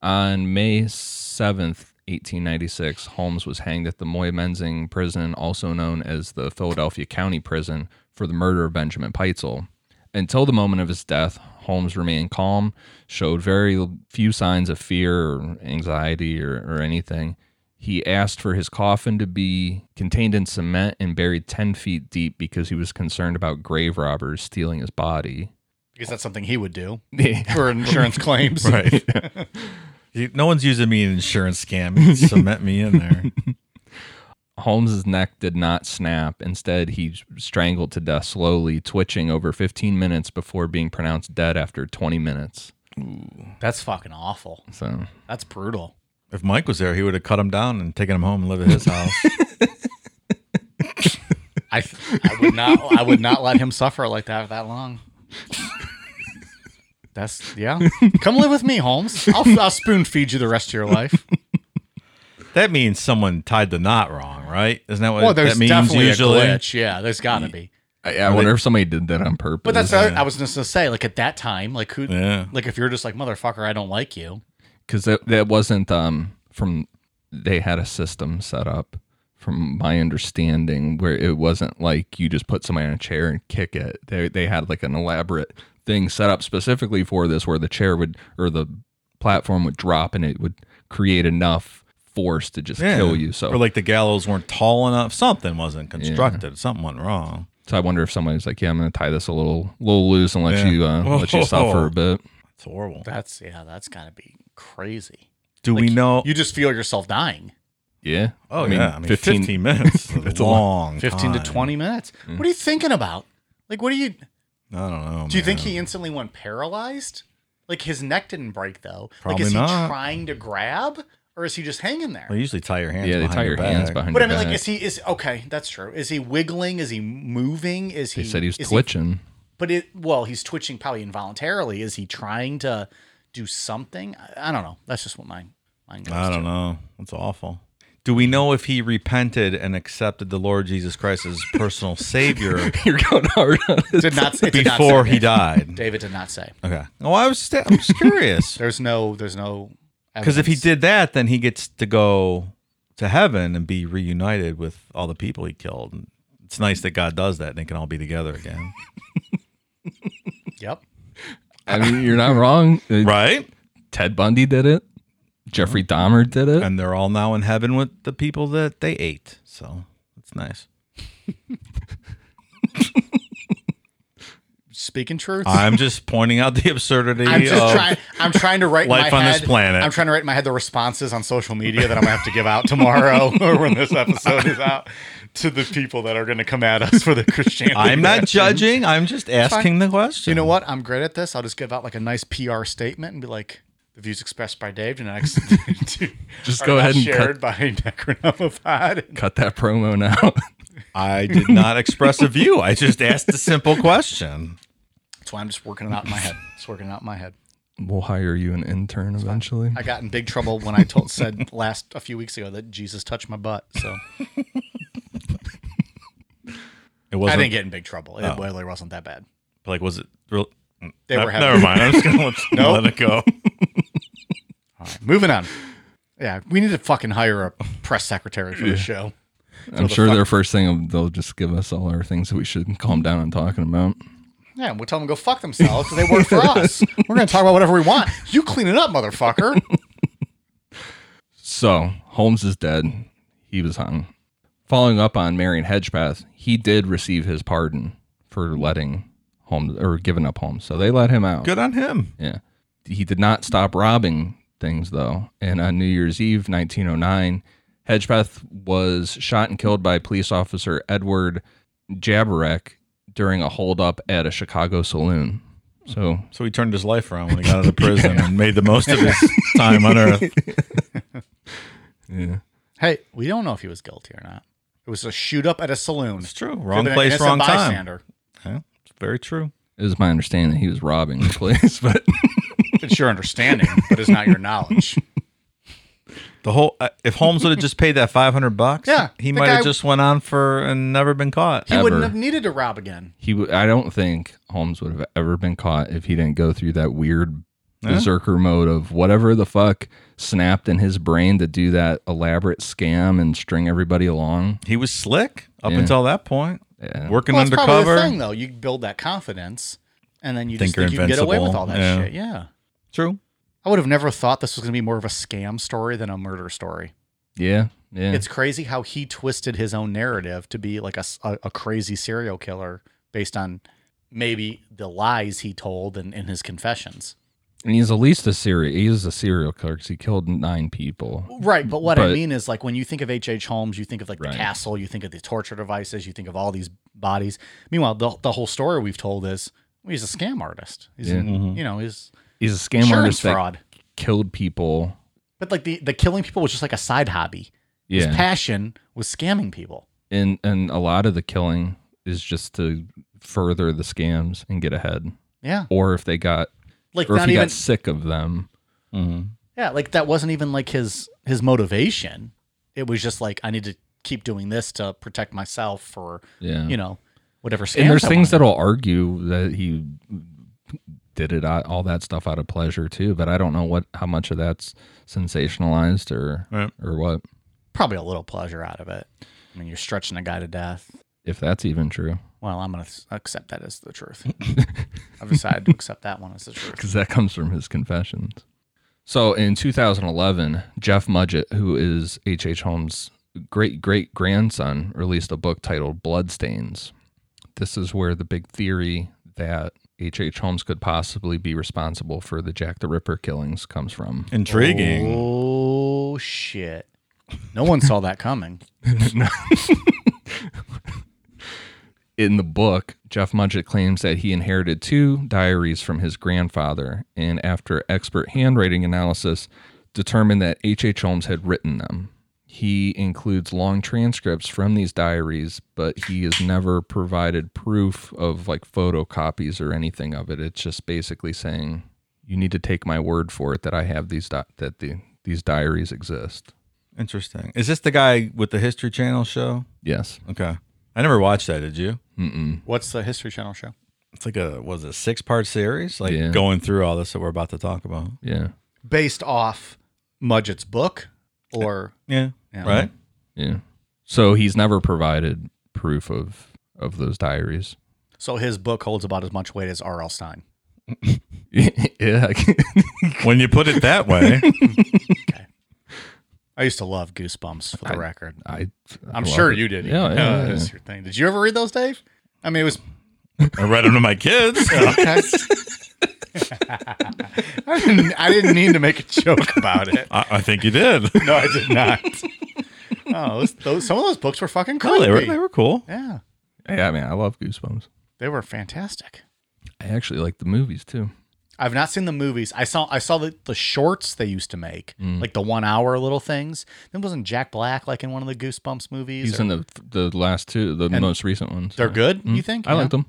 B: On May 7th, 1896, Holmes was hanged at the Moy Menzing prison, also known as the Philadelphia County Prison, for the murder of Benjamin Peitzel. Until the moment of his death, Holmes remained calm, showed very few signs of fear or anxiety or, or anything. He asked for his coffin to be contained in cement and buried 10 feet deep because he was concerned about grave robbers stealing his body. [LAUGHS]
A: Because that's something he would do for insurance claims.
C: [LAUGHS] right.
A: [LAUGHS]
C: He- no one's using me in an insurance scam. He cement me in
A: [LAUGHS]
C: there.
B: Holmes's neck did not snap. Instead, he strangled to death slowly, twitching over 15 minutes before being pronounced dead after 20 minutes.
A: That's fucking awful.
B: So,
A: That's brutal.
C: If Mike was there, he would have cut him down and taken him home and lived at
A: [LAUGHS]
C: his house.
A: I, I would not. I would not let him suffer like that for that long. That's yeah. Come live with me, Holmes. I'll, I'll spoon feed you the rest of your life.
C: that means someone tied the knot wrong, right? Isn't that what
A: Well, there's
C: that means
A: definitely
C: usually?
A: a glitch. Yeah, there's got to be.
B: I, I wonder if somebody did that on purpose.
A: But that's the other- I was just gonna say. Like at that time, like who?
C: Yeah.
A: Like if you're just like motherfucker, I don't like you.
B: because that, that wasn't um, from they had a system set up, from my understanding, where it wasn't like you just put somebody on a chair and kick it. They, they had like an elaborate thing set up specifically for this where the chair would or the platform would drop and it would create enough force to just
C: Yeah.
B: kill you. So,
C: Or like the gallows weren't tall enough. Something wasn't constructed. Something went wrong.
B: So I wonder if somebody's like, "Yeah, I'm going to tie this a little, little loose and let
C: Yeah. Oh.
B: you, uh, let you suffer a bit."
C: It's horrible.
A: That's yeah, that's gotta be crazy.
C: Do we
A: Like,
C: know?
A: You just feel yourself dying.
B: Yeah.
C: oh yeah, I mean, 15, minutes.
B: [LAUGHS]
C: it's a long.
A: Fifteen to
C: time.
A: twenty minutes.
C: Mm.
A: What are you thinking about? Like, what do you?
C: I don't know.
A: Do you think
C: man.
A: he instantly went paralyzed? Like his neck didn't break though.
C: Probably
A: like, is
C: not.
A: he trying to grab, or is he just hanging there?
C: Well, you usually tie your hands.
B: yeah, they
C: behind
B: tie your hands
C: back.
B: behind.
A: But I
B: your
A: mean, like,
B: back.
A: is he is okay? That's true. Is he wiggling? Is he moving? Is he?
B: they said he was
A: is
B: twitching. [LAUGHS]
A: but it well, he's twitching probably involuntarily. Is he trying to do something? I, I don't know. That's just what mine mine goes
C: I
A: to.
C: don't know. That's awful. Do we know if he repented and accepted the Lord Jesus Christ as
A: [LAUGHS]
C: personal Savior
B: You're going hard on it.
A: Did not it did not say.
C: [LAUGHS] before he died?
A: David did not say.
C: Okay. Oh, I was just, I'm just curious
A: There's no. There's no.
C: because if he
A: evidence.
C: did that, then he gets to go to heaven and be reunited with all the people he killed. And It's nice that God does that. and They can all be together again,
A: [LAUGHS] yep.
B: I mean, you're [LAUGHS] not wrong. Uh,
C: right?
B: Ted Bundy did it. Jeffrey Dahmer did it.
C: And they're all now in heaven with the people that they ate. So
A: [LAUGHS]
C: it's nice.
A: Speaking truth.
C: I'm just pointing out the absurdity.
A: I'm just
C: of,
A: trying. I'm trying to write in
C: life
A: my
C: on this
A: head-
C: planet.
A: I'm trying to write in my head the responses on social media that I'm gonna have to give out tomorrow [LAUGHS] or when this episode is out to the people that are gonna come at us for the Christianity.
C: [LAUGHS] I'm not
A: questions.
C: judging. I'm just asking the question.
A: You know what? I'm great at this. I'll just give out like a nice PR statement and be like, the views expressed by Dave and [LAUGHS] next
B: Just
A: are
B: go
A: not
B: ahead and cut-
A: shared by Necronomapod.
B: Cut that promo now. [LAUGHS]
C: I
A: [LAUGHS]
C: did not express a view. I just asked a simple question.
A: That's why I'm just working it out in my head. It's working it out in my head.
B: we'll hire you an intern eventually.
A: I got in big trouble when I told said last a few weeks ago that Jesus touched my butt. So.
C: It wasn't
A: I didn't get in big trouble.
C: Oh.
A: It really wasn't that bad.
C: like was it real?
A: They
C: Ne-
A: were having.
C: never mind. I'm just gonna let,
A: Nope. [LAUGHS]
C: let it go.
A: Moving on. Yeah, we need to fucking hire a press secretary for the show.
B: I'm sure their first thing they'll just give us all our things that we should calm down on talking about.
A: Yeah, and we'll tell them to go fuck themselves because they work
C: [LAUGHS]
A: for us. We're gonna talk about whatever we want. You clean it up,
C: [LAUGHS]
A: motherfucker.
B: So Holmes is dead. He was hung. Following up on Marion Hedgepath, he did receive his pardon for letting Holmes or giving up Holmes. So they let him out.
C: Good on him.
B: Yeah. He did not stop robbing things though. And on New Year's Eve 1909, Hedgepath was shot and killed by police officer Edward Jabarek during a holdup at a Chicago saloon. So
C: So he turned his life around when he got
A: [LAUGHS]
C: out of prison and made the most of his time on earth.
B: yeah.
A: hey, we don't know if he was guilty or not. It was a shoot up at a saloon.
C: It's true.
A: Could have
C: Wrong
A: been an
C: place,
A: innocent
C: wrong time.
A: bystander.
C: Yeah, it's very true.
B: It was my understanding that he was robbing the [LAUGHS] place, but
A: It's your understanding, but it's not your
C: [LAUGHS]
A: knowledge.
C: The whole uh, if Holmes would have just paid that five hundred bucks,
A: Yeah,
C: he
A: the
C: might
A: guy-
C: have just went on for and never been caught.
A: He wouldn't
B: Ever.
A: have needed to rob again.
B: he w- I don't think Holmes would have ever been caught if he didn't go through that weird berserker mode of whatever the fuck snapped in his brain to do that elaborate scam and string everybody along.
C: He was slick up
B: Yeah.
C: until that point,
B: Yeah.
C: working
A: Well, that's probably
C: undercover.
A: the thing, though. You build that confidence, and then you just
C: Think you're
A: think you can get away with
C: invincible.
A: all that
C: Yeah.
A: shit. Yeah.
C: True.
A: I would have never thought this was going to be more of a scam story than a murder story.
B: Yeah, yeah.
A: It's crazy how he twisted his own narrative to be like a, s- a- a crazy serial killer based on maybe the lies he told and in, his confessions.
B: and he's at least a serial. He is a serial killer 'cause he killed nine people.
A: Right. But what I
B: But-
A: mean is like when you think of H.H. Holmes, you think of like
B: Right.
A: the castle, you think of the torture devices, you think of all these bodies. Meanwhile, the, the whole story we've told is well, he's a scam artist. He's,
B: Yeah.
A: an- you know, he's
B: He's a scam
A: insurance
B: artist that
A: fraud.
B: killed people.
A: But like the, the killing people was just like a side hobby.
B: Yeah,
A: His passion was scamming people.
B: and and a lot of the killing is just to further the scams and get ahead,
A: Yeah.
B: or if they got
A: Like
B: or if
A: not
B: he
A: even
B: got sick of them.
A: Yeah, like that wasn't even like his his motivation. It was just like I need to keep doing this to protect myself for
B: Yeah,
A: you know whatever. Scams
B: and there's
A: I
B: things
A: wanna-
B: that'll argue that he did it out- all that stuff out of pleasure too, but I don't know what how much of that's sensationalized or
C: Right.
B: or what
A: probably a little pleasure out of it. I mean, you're stretching a guy to death.
B: if that's even true
A: Well, I'm gonna s- accept that as the
B: [LAUGHS]
A: truth. I've decided to accept that one as the truth.
B: because that comes from his confessions. So in 2011, Jeff Mudgett, who is H.H. Holmes' great great grandson, released a book titled Bloodstains. this is where the big theory that H.H. H. Holmes could possibly be responsible for the Jack the Ripper killings comes from.
C: Intriguing.
A: Oh shit! No one saw that coming.
B: In the book, Jeff Mudgett claims that he inherited two diaries from his grandfather, and after expert handwriting analysis, determined that H.H. H. Holmes had written them. He includes long transcripts from these diaries, but he has never provided proof of like photocopies or anything of it. It's just basically saying you need to take my word for it that I have these di- that the these diaries exist.
C: Interesting. Is this the guy with the History Channel show?
B: Yes.
C: Okay. I never watched that, did you?
B: Mm-mm.
A: What's the History Channel show?
C: It's like a was it a six part series? Like
B: Yeah.
C: going through all this that we're about to talk about.
B: Yeah.
A: Based off Mudgett's book, or
C: Yeah.
A: Yeah.
C: Right?
B: Yeah. So he's never provided proof of of those diaries. [LAUGHS]
A: so his book holds about as much weight as R.L. Stein.
B: yeah. [LAUGHS]
C: when you put it
A: [LAUGHS]
C: that way.
A: I used to love Goosebumps for the record.
B: I
A: I'm
B: I
A: sure
B: love it.
A: you did.
B: Yeah,
A: Ian.
B: yeah, yeah.
A: That's your thing. Did you ever read those, Dave? I mean, it was. [LAUGHS]
C: I read them to my kids.
A: I, didn't, I didn't mean to make a joke about it.
C: I, I think you did. [LAUGHS]
A: No, I did not.
B: [LAUGHS]
A: Oh, those, those, some of those books were fucking creepy.
C: No, they were they were cool.
A: yeah,
B: Yeah, man, I love Goosebumps.
A: they were fantastic.
B: I actually like the movies too.
A: I've not seen the movies. I saw I saw the, the shorts they used to make,
B: Mm.
A: like the one hour little things. Then wasn't Jack Black like in one of the Goosebumps movies?
B: He's
A: or-
B: in the the last two, the most recent ones.
A: they're good.
B: Mm.
A: You think?
B: I
A: Yeah.
B: like them.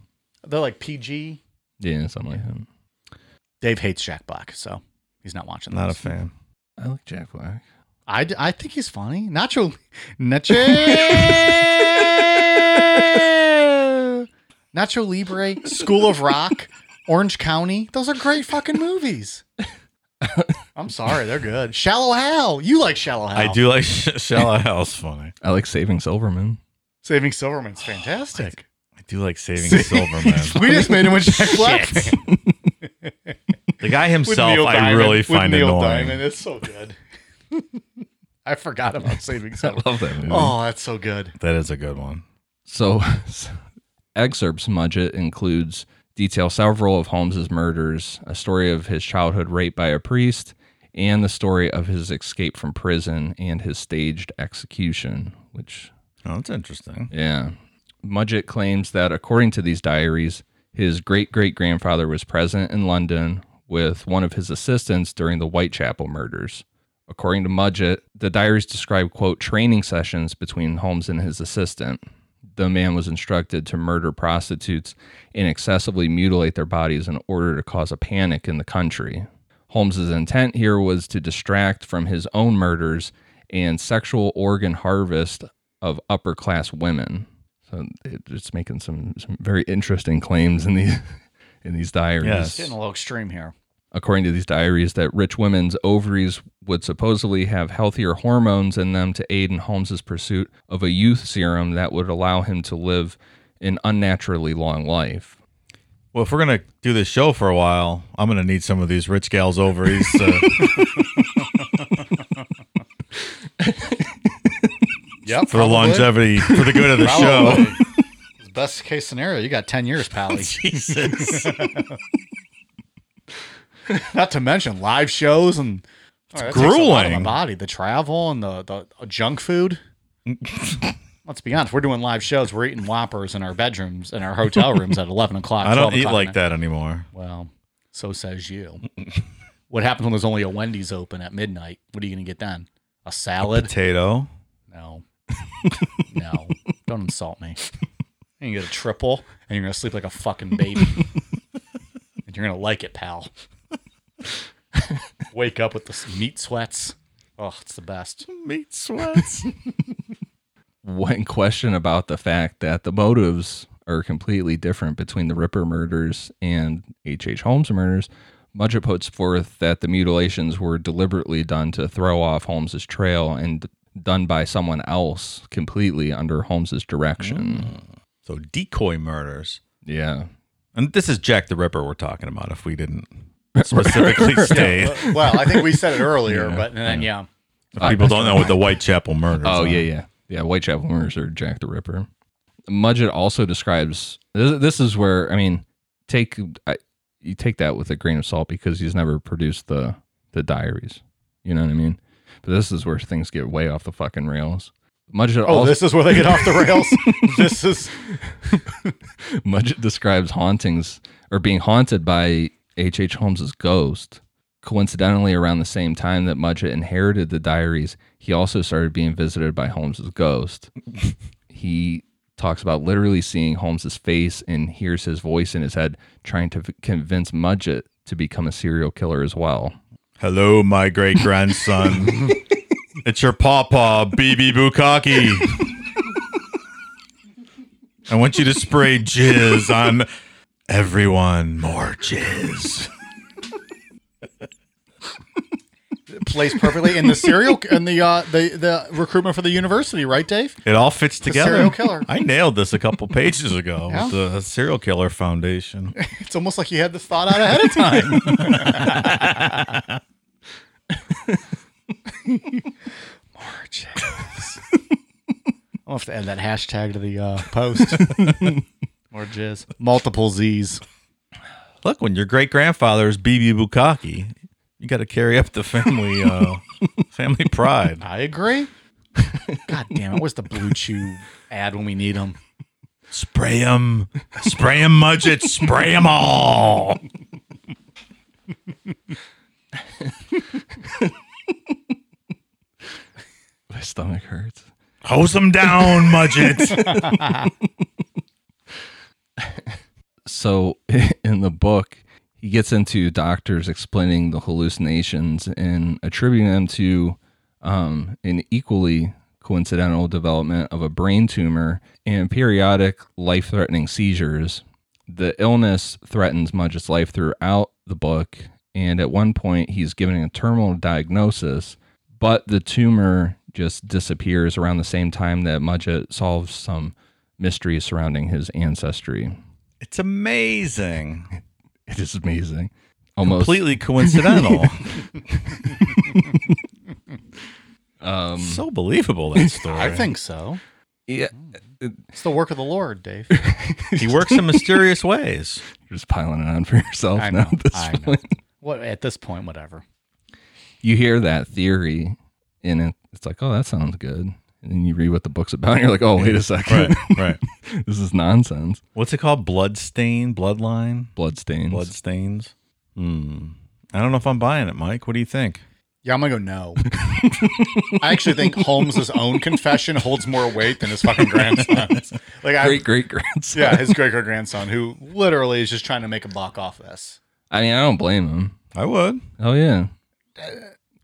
A: They're like PG.
B: Yeah, something like that.
A: Dave hates Jack Black, so he's not watching.
C: Not a
A: those.
C: fan.
B: I like Jack Black.
A: I, d- I think he's funny. Nacho. Nacho. Nacho Libre, School of Rock, Orange County. Those are great fucking movies. I'm sorry, they're good. Shallow Hal. You like Shallow Hal.
C: I do like Sh- Shallow Hell's funny.
B: I like Saving Silverman.
A: Saving Silverman's fantastic.
C: I do like Saving Silverman.
A: we just
C: [LAUGHS]
A: made him with Jack Black.
C: The guy
A: With
C: himself,
A: Neil
C: I
A: Diamond.
C: really
A: With
C: find
A: Neil
C: annoying.
A: Diamond. It's so good. [LAUGHS] I forgot about
C: [LAUGHS]
A: Saving
B: I
A: Silverman.
B: love that movie.
A: Oh, that's so good.
C: That is a good one.
B: So, [LAUGHS] excerpts Mudgett includes detail several of Holmes's murders, a story of his childhood rape by a priest, and the story of his escape from prison and his staged execution, which
C: Oh, that's interesting.
B: yeah. Mudgett claims that according to these diaries, his great great grandfather was present in London with one of his assistants during the Whitechapel murders. According to Mudgett, the diaries describe, quote, training sessions between Holmes and his assistant. The man was instructed to murder prostitutes and excessively mutilate their bodies in order to cause a panic in the country. Holmes's intent here was to distract from his own murders and sexual organ harvest of upper class women. So it, it's making some, some very interesting claims in these [LAUGHS] in these diaries.
C: Yes.
A: Getting a little extreme here.
B: According to these diaries, that rich women's ovaries would supposedly have healthier hormones in them to aid in Holmes's pursuit of a youth serum that would allow him to live an unnaturally long life.
C: Well, if we're gonna do this show for a while, I'm gonna need some of these rich gals ovaries.
A: [LAUGHS]
C: Uh,
A: Yep.
C: for the longevity, for the good of the show.
A: Probably. [LAUGHS] Best case scenario, you got 10 years, [LAUGHS] Pally.
C: Jesus.
A: [LAUGHS] Not to mention live shows and it's
C: grueling.
A: the body, the travel and the, the junk [LAUGHS] food. Let's be honest, we're doing live shows. We're eating Whoppers in our bedrooms, in our hotel [LAUGHS] rooms at 11 o'clock.
C: I
A: 12
C: don't eat
A: o'clock
C: like
A: at night.
C: that anymore.
A: Well, so says you. what happens when there's only a Wendy's open at midnight? What are you going to get then? A salad?
C: Potato.
A: No. no. Don't insult me. And you get a triple and you're going to sleep like a fucking baby. and you're going to like it, pal. [LAUGHS] Wake up with the s- meat sweats. Oh, it's the best.
C: Meat sweats.
B: [LAUGHS] One question about the fact that the motives are completely different between the Ripper murders and H.H. H. Holmes murders, Mudgett puts forth that the mutilations were deliberately done to throw off Holmes's trail and done by someone else completely under Holmes's direction.
C: so decoy murders.
B: Yeah.
C: And this is Jack the Ripper we're talking about. If
A: [LAUGHS]
C: we didn't specifically state,
A: Well, I think we said it earlier, but and then, yeah.
C: If people don't know
A: [LAUGHS]
C: what the Whitechapel murders.
B: Oh
C: are.
B: yeah, yeah, yeah. Whitechapel murders or Jack the Ripper. Mudgett also describes This, this is where I mean, take I, you take that with a grain of salt because he's never produced the the diaries. You know what I mean? But this is where things get way off the fucking rails. Mudgett
A: Oh,
B: also,
A: this is where they get off the rails. [LAUGHS] this is
B: Mudgett [LAUGHS] describes hauntings or being haunted by H.H. H. Holmes's ghost. Coincidentally, around the same time that Mudgett inherited the diaries, he also started being visited by Holmes's [LAUGHS] ghost. he talks about literally seeing Holmes's face and hears his voice in his head trying to f- convince Mudgett to become a serial killer as well.
C: Hello, my great
A: [LAUGHS]
C: grandson. it's your papa, BB Bukaki. I want you to spray jizz on everyone. More jizz.
A: plays perfectly in the serial in the uh, the the recruitment for the university, right, Dave?
C: It all fits together.
A: serial killer.
C: I nailed this a couple pages ago
A: Yeah.
C: with the Serial Killer Foundation.
A: It's almost like you had this thought out ahead of time. [LAUGHS] Marches. I'll have to add that hashtag to the uh, [LAUGHS] post. More jizz. Multiple Z's.
C: Look, when your great grandfather is BB Bukaki, you got to carry up the family
A: [LAUGHS]
C: uh, family pride.
A: I agree. God damn it. Where's the Blue Chew ad when we need them?
C: Spray him, spray him, Mudget, spray him all.
B: My stomach hurts.
C: Hose him down, Mudget.
B: so [LAUGHS] in the book he gets into doctors explaining the hallucinations and attributing them to um, an equally coincidental development of a brain tumor and periodic life-threatening seizures the illness threatens mudgett's life throughout the book and at one point he's given a terminal diagnosis but the tumor just disappears around the same time that mudgett solves some mystery surrounding his ancestry
C: it's amazing.
B: [LAUGHS] it is amazing. Almost.
C: Completely [LAUGHS] coincidental.
B: Um,
C: so believable that story.
A: I think so.
B: yeah.
A: It's the work of the Lord, Dave.
C: he works in mysterious ways.
B: You're just piling it on for [LAUGHS] yourself
A: I
B: now.
A: know.
B: at this
A: I know.
B: point. [LAUGHS]
A: What at this point, whatever.
B: You hear that theory and it, it's like, oh, that sounds good. And then you read what the book's about and you're like, oh, wait a second. [LAUGHS]
C: right.
B: this is nonsense.
C: What's it called? Bloodstain, bloodline,
B: Bloodstains.
C: bloodstains. Hmm. I don't know if I'm buying it, Mike. What do you think?
A: Yeah, I'm gonna go no. I actually think Holmes's own confession holds more weight than his fucking grandson's. Like, I,
B: Great great grandson.
A: yeah, his great great grandson, who literally is just trying to make a buck off this.
B: I mean, I don't blame him.
C: I would.
B: Oh, yeah.
A: Uh,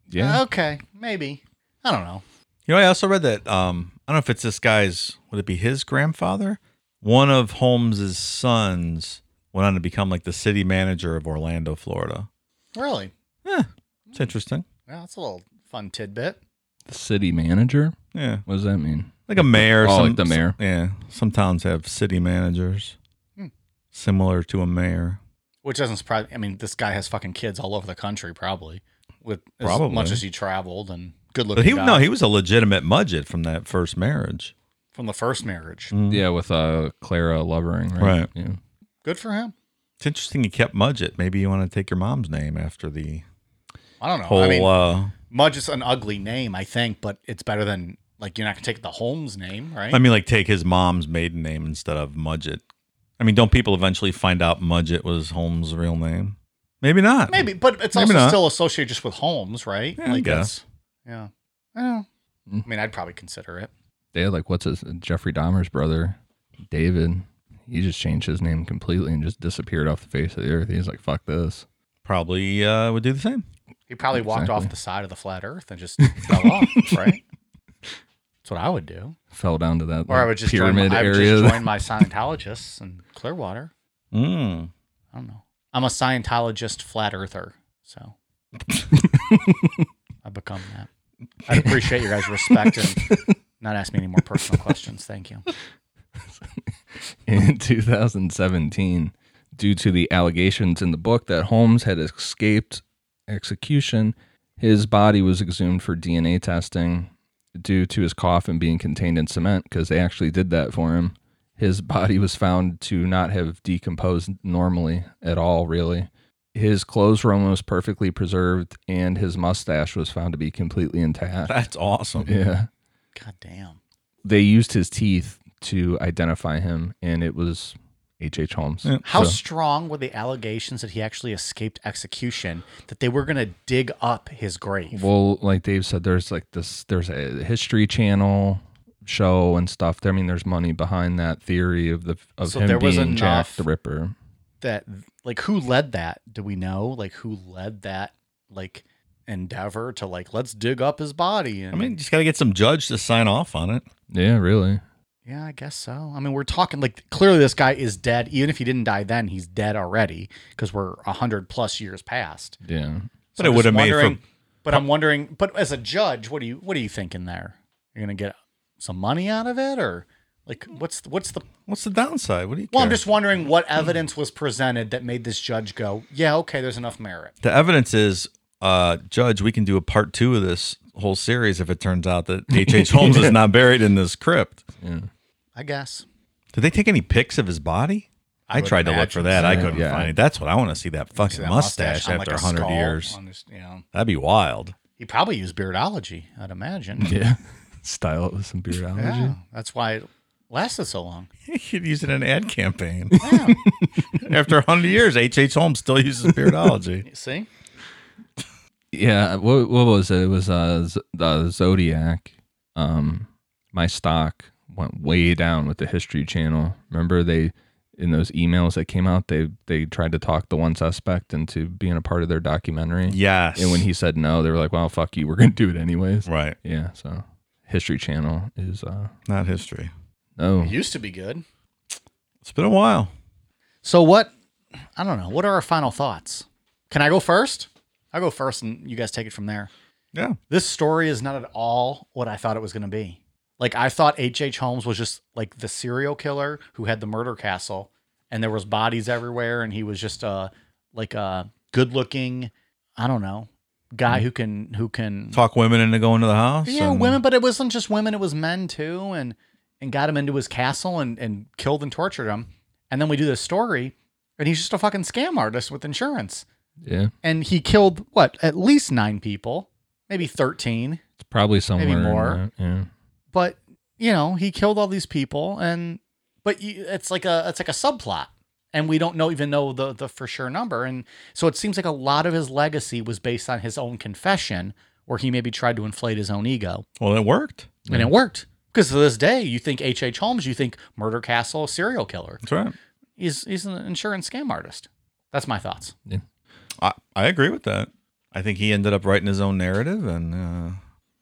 B: Yeah.
A: Okay, maybe. I don't know.
C: You know, I also read that. Um, I don't know if it's this guy's. Would it be his grandfather? One of Holmes's sons went on to become like the city manager of Orlando, Florida.
A: Really?
C: Yeah, it's interesting.
A: Yeah, that's a little fun tidbit.
B: the city manager?
C: Yeah,
B: What does that mean?
C: like a mayor.
B: Oh,
C: some,
B: like the mayor.
C: some- yeah, some towns have city managers,
A: Hmm.
C: similar to a mayor.
A: Which doesn't surprise. I mean, this guy has fucking kids all over the country, probably. With as
C: Probably.
A: much as he traveled and good
C: But
A: looking.
C: he
A: guy
C: no, he was a legitimate mudget from that first marriage.
A: from the first marriage.
C: Mm.
B: Yeah, with uh, Clara Lovering, right?
C: Right.
B: Yeah.
A: Good for him.
C: It's interesting he kept mudget. Maybe you want to take your mom's name after the
A: Oh, I don't know.
C: whole.
A: I mean,
C: uh,
A: Mudge is an ugly name, I think, but it's better than like you're not gonna take the Holmes name, right?
C: I mean, like take his mom's maiden name instead of Mudgett. I mean, don't people eventually find out Mudgett was Holmes' real name? Maybe not.
A: Maybe, but it's
C: Maybe
A: also
C: not.
A: still associated just with Holmes, right?
C: Yeah, I guess. Hmm.
A: it's- Yeah. I don't know.
B: Mm.
A: I mean, I'd probably consider it.
B: they had like what's his Jeffrey Dahmer's brother, David. He just changed his name completely and just disappeared off the face of the earth. He's like, "Fuck this."
C: Probably uh, would do the same.
A: He probably walked
B: Exactly.
A: off the side of the flat earth and just [LAUGHS] fell off, right? That's what I would do.
B: Fell down to that
A: Or I
B: like,
A: would just
B: pyramid
A: join, I would
B: area. [LAUGHS]
A: just join my Scientologists in Clearwater.
C: Mm.
A: I don't know. I'm a Scientologist flat earther, so I become that. I'd appreciate your guys' respect and not ask me any more personal questions. Thank you.
B: in [LAUGHS] 2017 due to the allegations in the book that Holmes had escaped execution. His body was exhumed for DNA testing due to his coffin being contained in cement because they actually did that for him. His [LAUGHS] body was found to not have decomposed normally at all, really. His clothes were almost perfectly preserved, and his mustache was found to be completely
C: [LAUGHS]
B: intact.
C: That's awesome.
B: Yeah.
A: God damn.
B: They used his teeth to identify him, and it was H.H. H. Holmes.
C: Yeah.
A: How
B: So-
A: strong were the allegations that he actually escaped execution that they were going to dig up his grave?
B: Well, like Dave said, there's like this, there's a History Channel show and stuff. I mean, there's money behind that theory of the of
A: So
B: him
A: there was
B: being Jack
A: enough-
B: the Ripper.
A: that like who led that? Do we know like who led that like endeavor to like let's dig up his body and
C: I mean, just got to get some judge to sign off on it.
B: Yeah, really.
A: Yeah, I guess so. I mean, we're talking like clearly this guy is dead. Even if he didn't die then, he's dead already because we're a hundred plus years past.
B: Yeah.
A: So
C: But it
A: I'm
C: would
A: just
C: have made for-
A: wondering- But I'm wondering. But as a judge, what do you what are you thinking there? You're gonna get some money out of it, or like what's what's the?
C: What's the downside? What do you?
A: Well, I'm
C: care?
A: just wondering what evidence was presented that made this judge go, yeah, okay, there's enough merit.
C: the evidence is, uh, Judge, we can do a part two of this whole series if it turns out that
B: [LAUGHS]
C: H.H. H. Holmes is not buried in this crypt.
A: I guess.
C: Did they take any pics of his body? I,
A: would
C: tried to look
A: imagine
C: for that. I
B: so.
C: couldn't
B: Yeah.
C: find it. That's what I want to see that fucking
A: See that
C: mustache,
A: on,
C: after
A: like,
C: a
A: a
C: 100
A: skull
C: years.
A: on this- you know.
C: That'd be wild.
A: He probably used beardology, I'd imagine.
B: Yeah. [LAUGHS] Style it with some beer allergy.
A: yeah, that's why it lasted so
C: [LAUGHS]
A: long.
C: [LAUGHS] You could use it in an ad campaign. [LAUGHS] after a 100 years, H.H. H. Holmes still uses beardology.
A: See?
B: Yeah, what what was it? It was uh Z- the Zodiac. Um, my stock went way down with the History Channel. Remember they in those emails that came out, they they tried to talk the one suspect into being a part of their documentary.
C: [LAUGHS] yes.
B: And when he said no, they were like, "Well, fuck you, we're gonna do it anyways."
C: Right.
B: Yeah. So History Channel is uh
C: Not history.
B: no.
A: It used to be good.
C: It's been a while.
A: So what? I don't know. What are our final thoughts? Can I go first? I'll go first, and you guys take it from there.
C: Yeah.
A: This story is not at all what I thought it was going to be. Like I thought H.H. H. Holmes was just like the serial killer who had the murder castle, and there was bodies everywhere, and he was just uh like a good looking, I don't know, guy who can who can
C: Talk women into going to the house.
A: Yeah,
C: and-
A: women, but it wasn't just women; it was men too, and and got him into his castle and and killed and tortured him. And then we do this story, and he's just a fucking scam artist with insurance.
B: Yeah,
A: And he killed what at least nine people, maybe thirteen.
B: it's probably somewhere in
A: more.
B: that, Yeah.
A: But you know, he killed all these people, and but you, it's like a it's like a subplot, and we don't know even know the the for sure number. And so it seems like a lot of his legacy was based on his own confession, where he maybe tried to inflate his own ego.
C: Well, it worked.
A: and it worked because to this day you think H.H. H. Holmes, you think murder castle serial killer.
C: That's right.
A: He's he's an insurance scam artist. That's my thoughts.
C: I, I agree with that. I think he ended up writing his own narrative, and uh,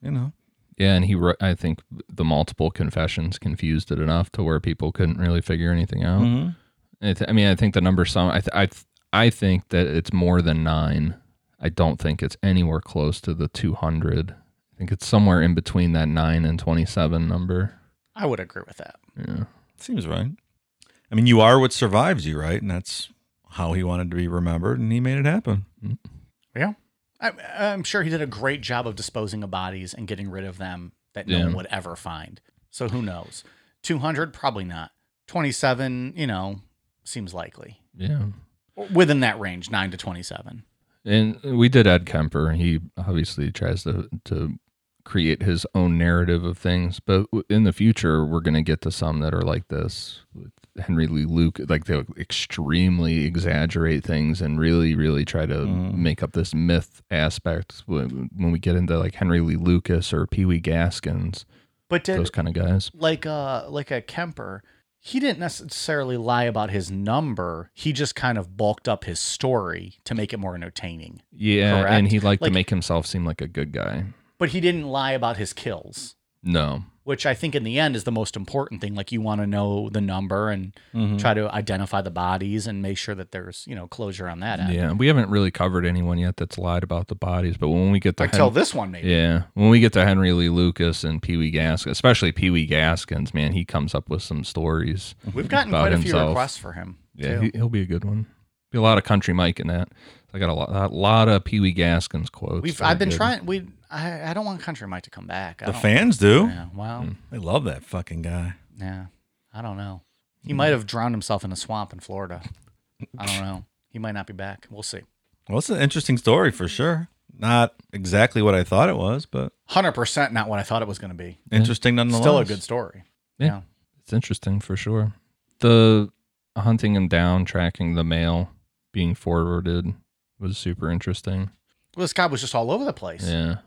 C: you know,
B: Yeah, and he, wr- I think the multiple confessions confused it enough to where people couldn't really figure anything out. I, th- I mean, I think the number some, I, th- I, th- I think that it's more than nine. I don't think it's anywhere close to the two hundred. I think it's somewhere in between that nine and twenty-seven number.
A: I would agree with that.
B: Yeah,
C: seems right. I mean, you are what survives you, right? And that's how he wanted to be remembered, and he made it happen.
A: Yeah, I, I'm sure he did a great job of disposing of bodies and getting rid of them that no
B: Yeah.
A: one would ever find. So who knows? Two hundred, probably not. Twenty-seven, you know, seems likely
B: yeah.
A: within that range, nine to twenty-seven.
B: And we did Ed Kemper. He obviously tries to to create his own narrative of things, but w- in the future, we're going to get to some that are like this. With Henry Lee Luke, like they'll extremely exaggerate things and really, really try to make up this myth aspect. When, when we get into like Henry Lee Lucas or Pee Wee Gaskins,
A: But did
B: those kind of guys.
A: like uh like a Kemper, he didn't necessarily lie about his number. He just kind of bulked up his story to make it more entertaining.
B: Yeah,
A: Correct.
B: and he liked
A: Like-
B: to make himself seem like a good guy.
A: But he didn't lie about his kills,
B: No,
A: which I think in the end is the most important thing. Like you want to know the number and
B: Mm-hmm.
A: try to identify the bodies and make sure that there's, you know, closure on that end.
B: yeah, we haven't really covered anyone yet that's lied about the bodies, but when we get to
A: Until
B: Hen-
A: this one maybe.
B: Yeah. When we get to Henry Lee Lucas and Pee Wee Gaskins, especially Pee Wee Gaskins, man, he comes up with some stories.
A: We've gotten
B: About
A: quite a few
B: himself.
A: requests for him.
B: Yeah,
A: too.
B: he, he'll be a good one. Be a lot of country Mike in that. I got a lot, a lot of Pee Wee Gaskins quotes.
A: We've
B: that are
A: I've been
B: good.
A: trying we I, I don't want Country Mike to come back. I
C: The
A: don't-
C: fans do.
B: Hmm.
A: Yeah, well,
C: They love that fucking guy.
A: yeah. I don't know.
B: Hmm.
A: He might have drowned himself in a swamp in Florida. I don't know. He might not be back. We'll see.
C: Well, it's an interesting story for sure. Not exactly what I thought it was, but
A: 100% not what I thought it was going to be.
C: interesting nonetheless.
A: Still a good story.
B: Yeah.
A: yeah.
B: It's interesting for sure. The hunting him down, tracking the mail, being forwarded was super interesting.
A: Well, this guy was just all over the place.
B: Yeah.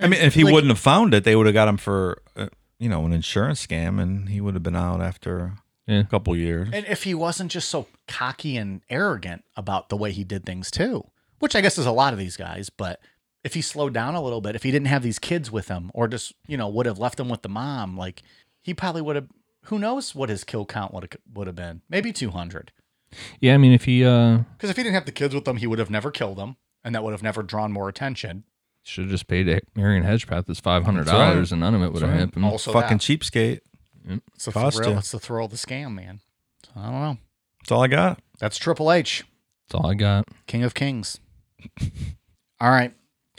C: I mean, if he
A: Like-
C: wouldn't have found it, they would have got him for uh, you know an insurance scam, and he would have been out after
B: Yeah.
C: a couple years.
A: And if he wasn't just so cocky and arrogant about the way he did things too, which I guess is a lot of these guys, but if he slowed down a little bit, if he didn't have these kids with him or just, you know, would have left them with the mom, like he probably would have who knows what his kill count would have would have been. Maybe 200.
B: Yeah, I mean if he uh
A: Cuz if he didn't have the kids with him, he would have never killed them and that would have never drawn more attention.
B: should have just paid Marion Hedgepath his five hundred
C: That's right.
B: dollars and none of it would have
C: That's right.
B: happened.
A: Also
C: Mm, Fucking
A: that.
C: cheapskate.
A: it's the
C: cost
A: thrill,
C: ya.
A: it's the thrill of the scam, man. So, I don't know.
C: That's all I got.
A: That's Triple H,
B: That's all I got.
A: King of
C: [LAUGHS]
A: Kings. All right.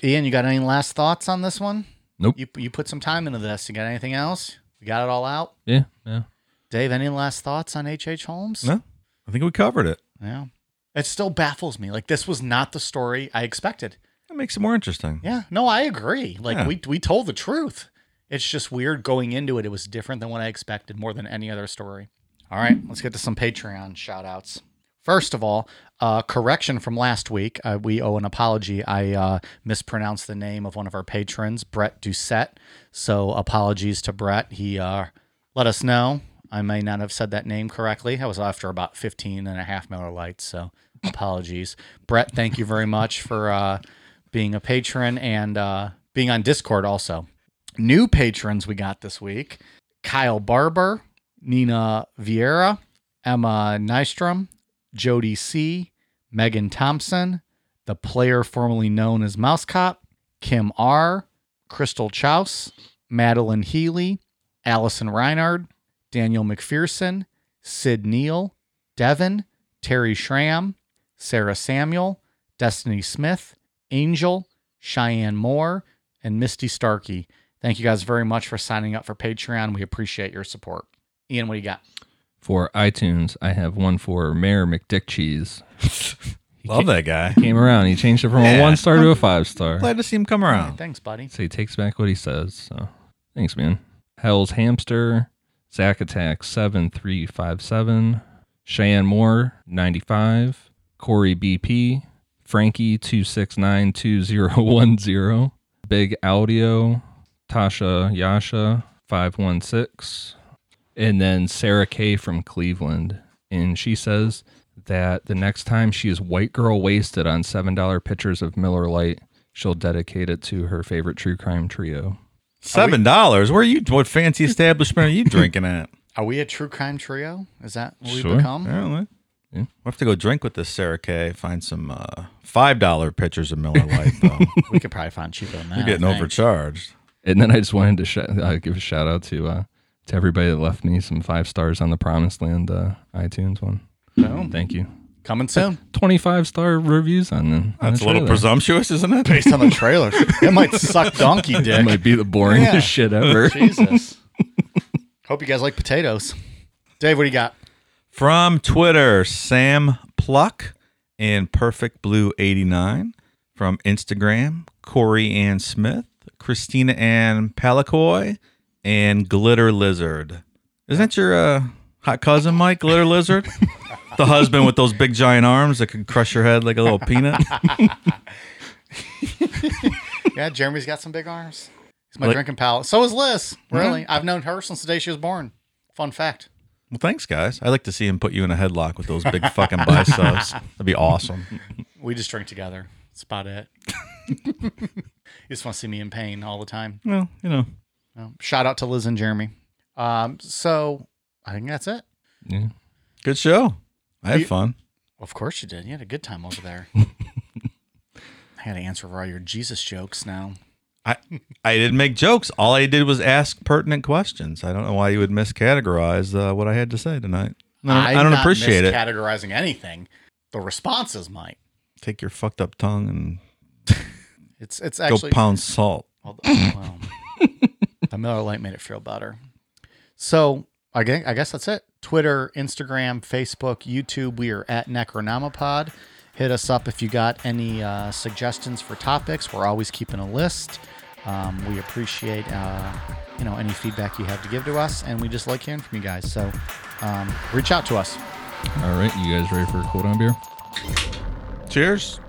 A: Ian, you got any last thoughts on this one?
B: Nope.
A: You you put some time into this. You got anything else? We got it all out.
B: Yeah, yeah.
A: Dave, any last thoughts on H.H. H. Holmes?
C: No, I think we covered it.
A: Yeah. It still baffles me. Like this was not the story I expected.
C: That makes it more interesting.
A: Yeah. No, I agree. Like
C: Yeah.
A: we we told the truth. It's just weird going into it. It was different than what I expected more than any other story. All right, let's get to some Patreon shout outs. First of all, uh, correction from last week. Uh, we owe an apology. I uh, mispronounced the name of one of our patrons, Brett Doucette. So apologies to Brett. He uh, let us know. I may not have said that name correctly. I was after about 15 and a half Miller Lights. So apologies. Brett, thank you very much for uh, being a patron and uh, being on Discord also. New patrons we got this week Kyle Barber, Nina Vieira, Emma Nystrom, Jody C., Megan Thompson, the player formerly known as Mouse Cop, Kim R., Crystal Chouse, Madeline Healy, Allison Reinard, Daniel McPherson, Sid Neal, Devin, Terry Schramm, Sarah Samuel, Destiny Smith, Angel, Cheyenne Moore, and Misty Starkey. Thank you guys very much for signing up for Patreon. We appreciate your support. Ian, what do you got?
B: For iTunes, I have one for Mayor McDick Cheese.
C: Love that guy.
B: Came around, he changed it from a
C: Yeah.
B: one star to a five star.
C: Glad to see him come around.
A: Thanks, buddy.
B: So he takes back what he says. So thanks, man. Hell's Hamster, Zack Attack 7357, Cheyenne Moore 95, Corey BP, Frankie 2692010, Big Audio, Tasha Yasha 516, and then Sarah K from Cleveland. And she says that the next time she is white girl wasted on $7 pitchers of Miller Lite, she'll dedicate it to her favorite true crime trio.
C: Seven dollars. Where are you? What fancy establishment are you
A: [LAUGHS]
C: drinking at?
A: Are we a true crime trio? Is that what we
B: Sure.
A: become?
C: Apparently.
B: Yeah.
C: We'll have to go drink with this Sarah Kay. Find some uh, five dollar pitchers of Miller Lite. Though
A: [LAUGHS] We could probably find cheaper than that.
C: you're getting
A: I think.
C: overcharged.
B: And then I just wanted to sh- uh, give a shout out to uh, to everybody that left me some five stars on the Promised Land uh, iTunes one.
A: Boom.
B: Thank you.
A: Coming soon.
B: 25 star reviews on them. on
C: That's
B: the
C: a little
B: trailer.
C: presumptuous, isn't it?
A: Based on the trailer,
B: [LAUGHS]
A: it might suck donkey
B: That
A: dick.
B: might be the boringest
A: Yeah.
B: shit ever.
A: Jesus. Hope you guys like potatoes. Dave, what do you got?
C: [LAUGHS] From Twitter, Sam Pluck in Perfect Blue 89. From Instagram, Corey Ann Smith, Christina Ann Palacoy, and Glitter Lizard. Isn't that your uh, hot cousin, Mike? Glitter Lizard? the husband with those big giant arms that could crush your head like a little [LAUGHS] peanut?
A: Yeah, Jeremy's got some big arms. He's my
C: Like-
A: drinking pal. So is Liz. Really, I've known her since the day she was born. Fun fact.
C: Well, thanks, guys. I'd like to see him put you in a headlock with those big fucking biceps. [LAUGHS] That'd be awesome.
A: We just drink together. That's about
B: [LAUGHS]
A: it. you just want to see me in pain all the time.
C: Well, you know.
A: Um, shout out to Liz and Jeremy. Um, so I think that's it.
B: Yeah.
C: Good show. I had
A: You-
C: fun.
A: Of course you did. You had a good time over
C: [LAUGHS]
A: there. I had to answer for all your Jesus jokes now.
C: I I didn't make jokes. All I did was ask pertinent questions. I don't know why you would miscategorize uh, what I had to say tonight. I don't, I
A: I'm
C: don't
A: not
C: appreciate it.
A: Categorizing anything, the responses might.
C: Take your fucked up tongue and
A: It's it's actually
C: go pound salt.
A: Although, well, the Miller Lite made it feel better. So I guess, I guess that's it. Twitter, Instagram, Facebook, YouTube. We are at Necronomipod. Hit us up if you got any uh, suggestions for topics. We're always keeping a list. Um, we appreciate uh, you know any feedback you have to give to us, and we just like hearing from you guys. So um, reach out to us.
B: All right, you guys ready for a cold on beer?
C: Cheers.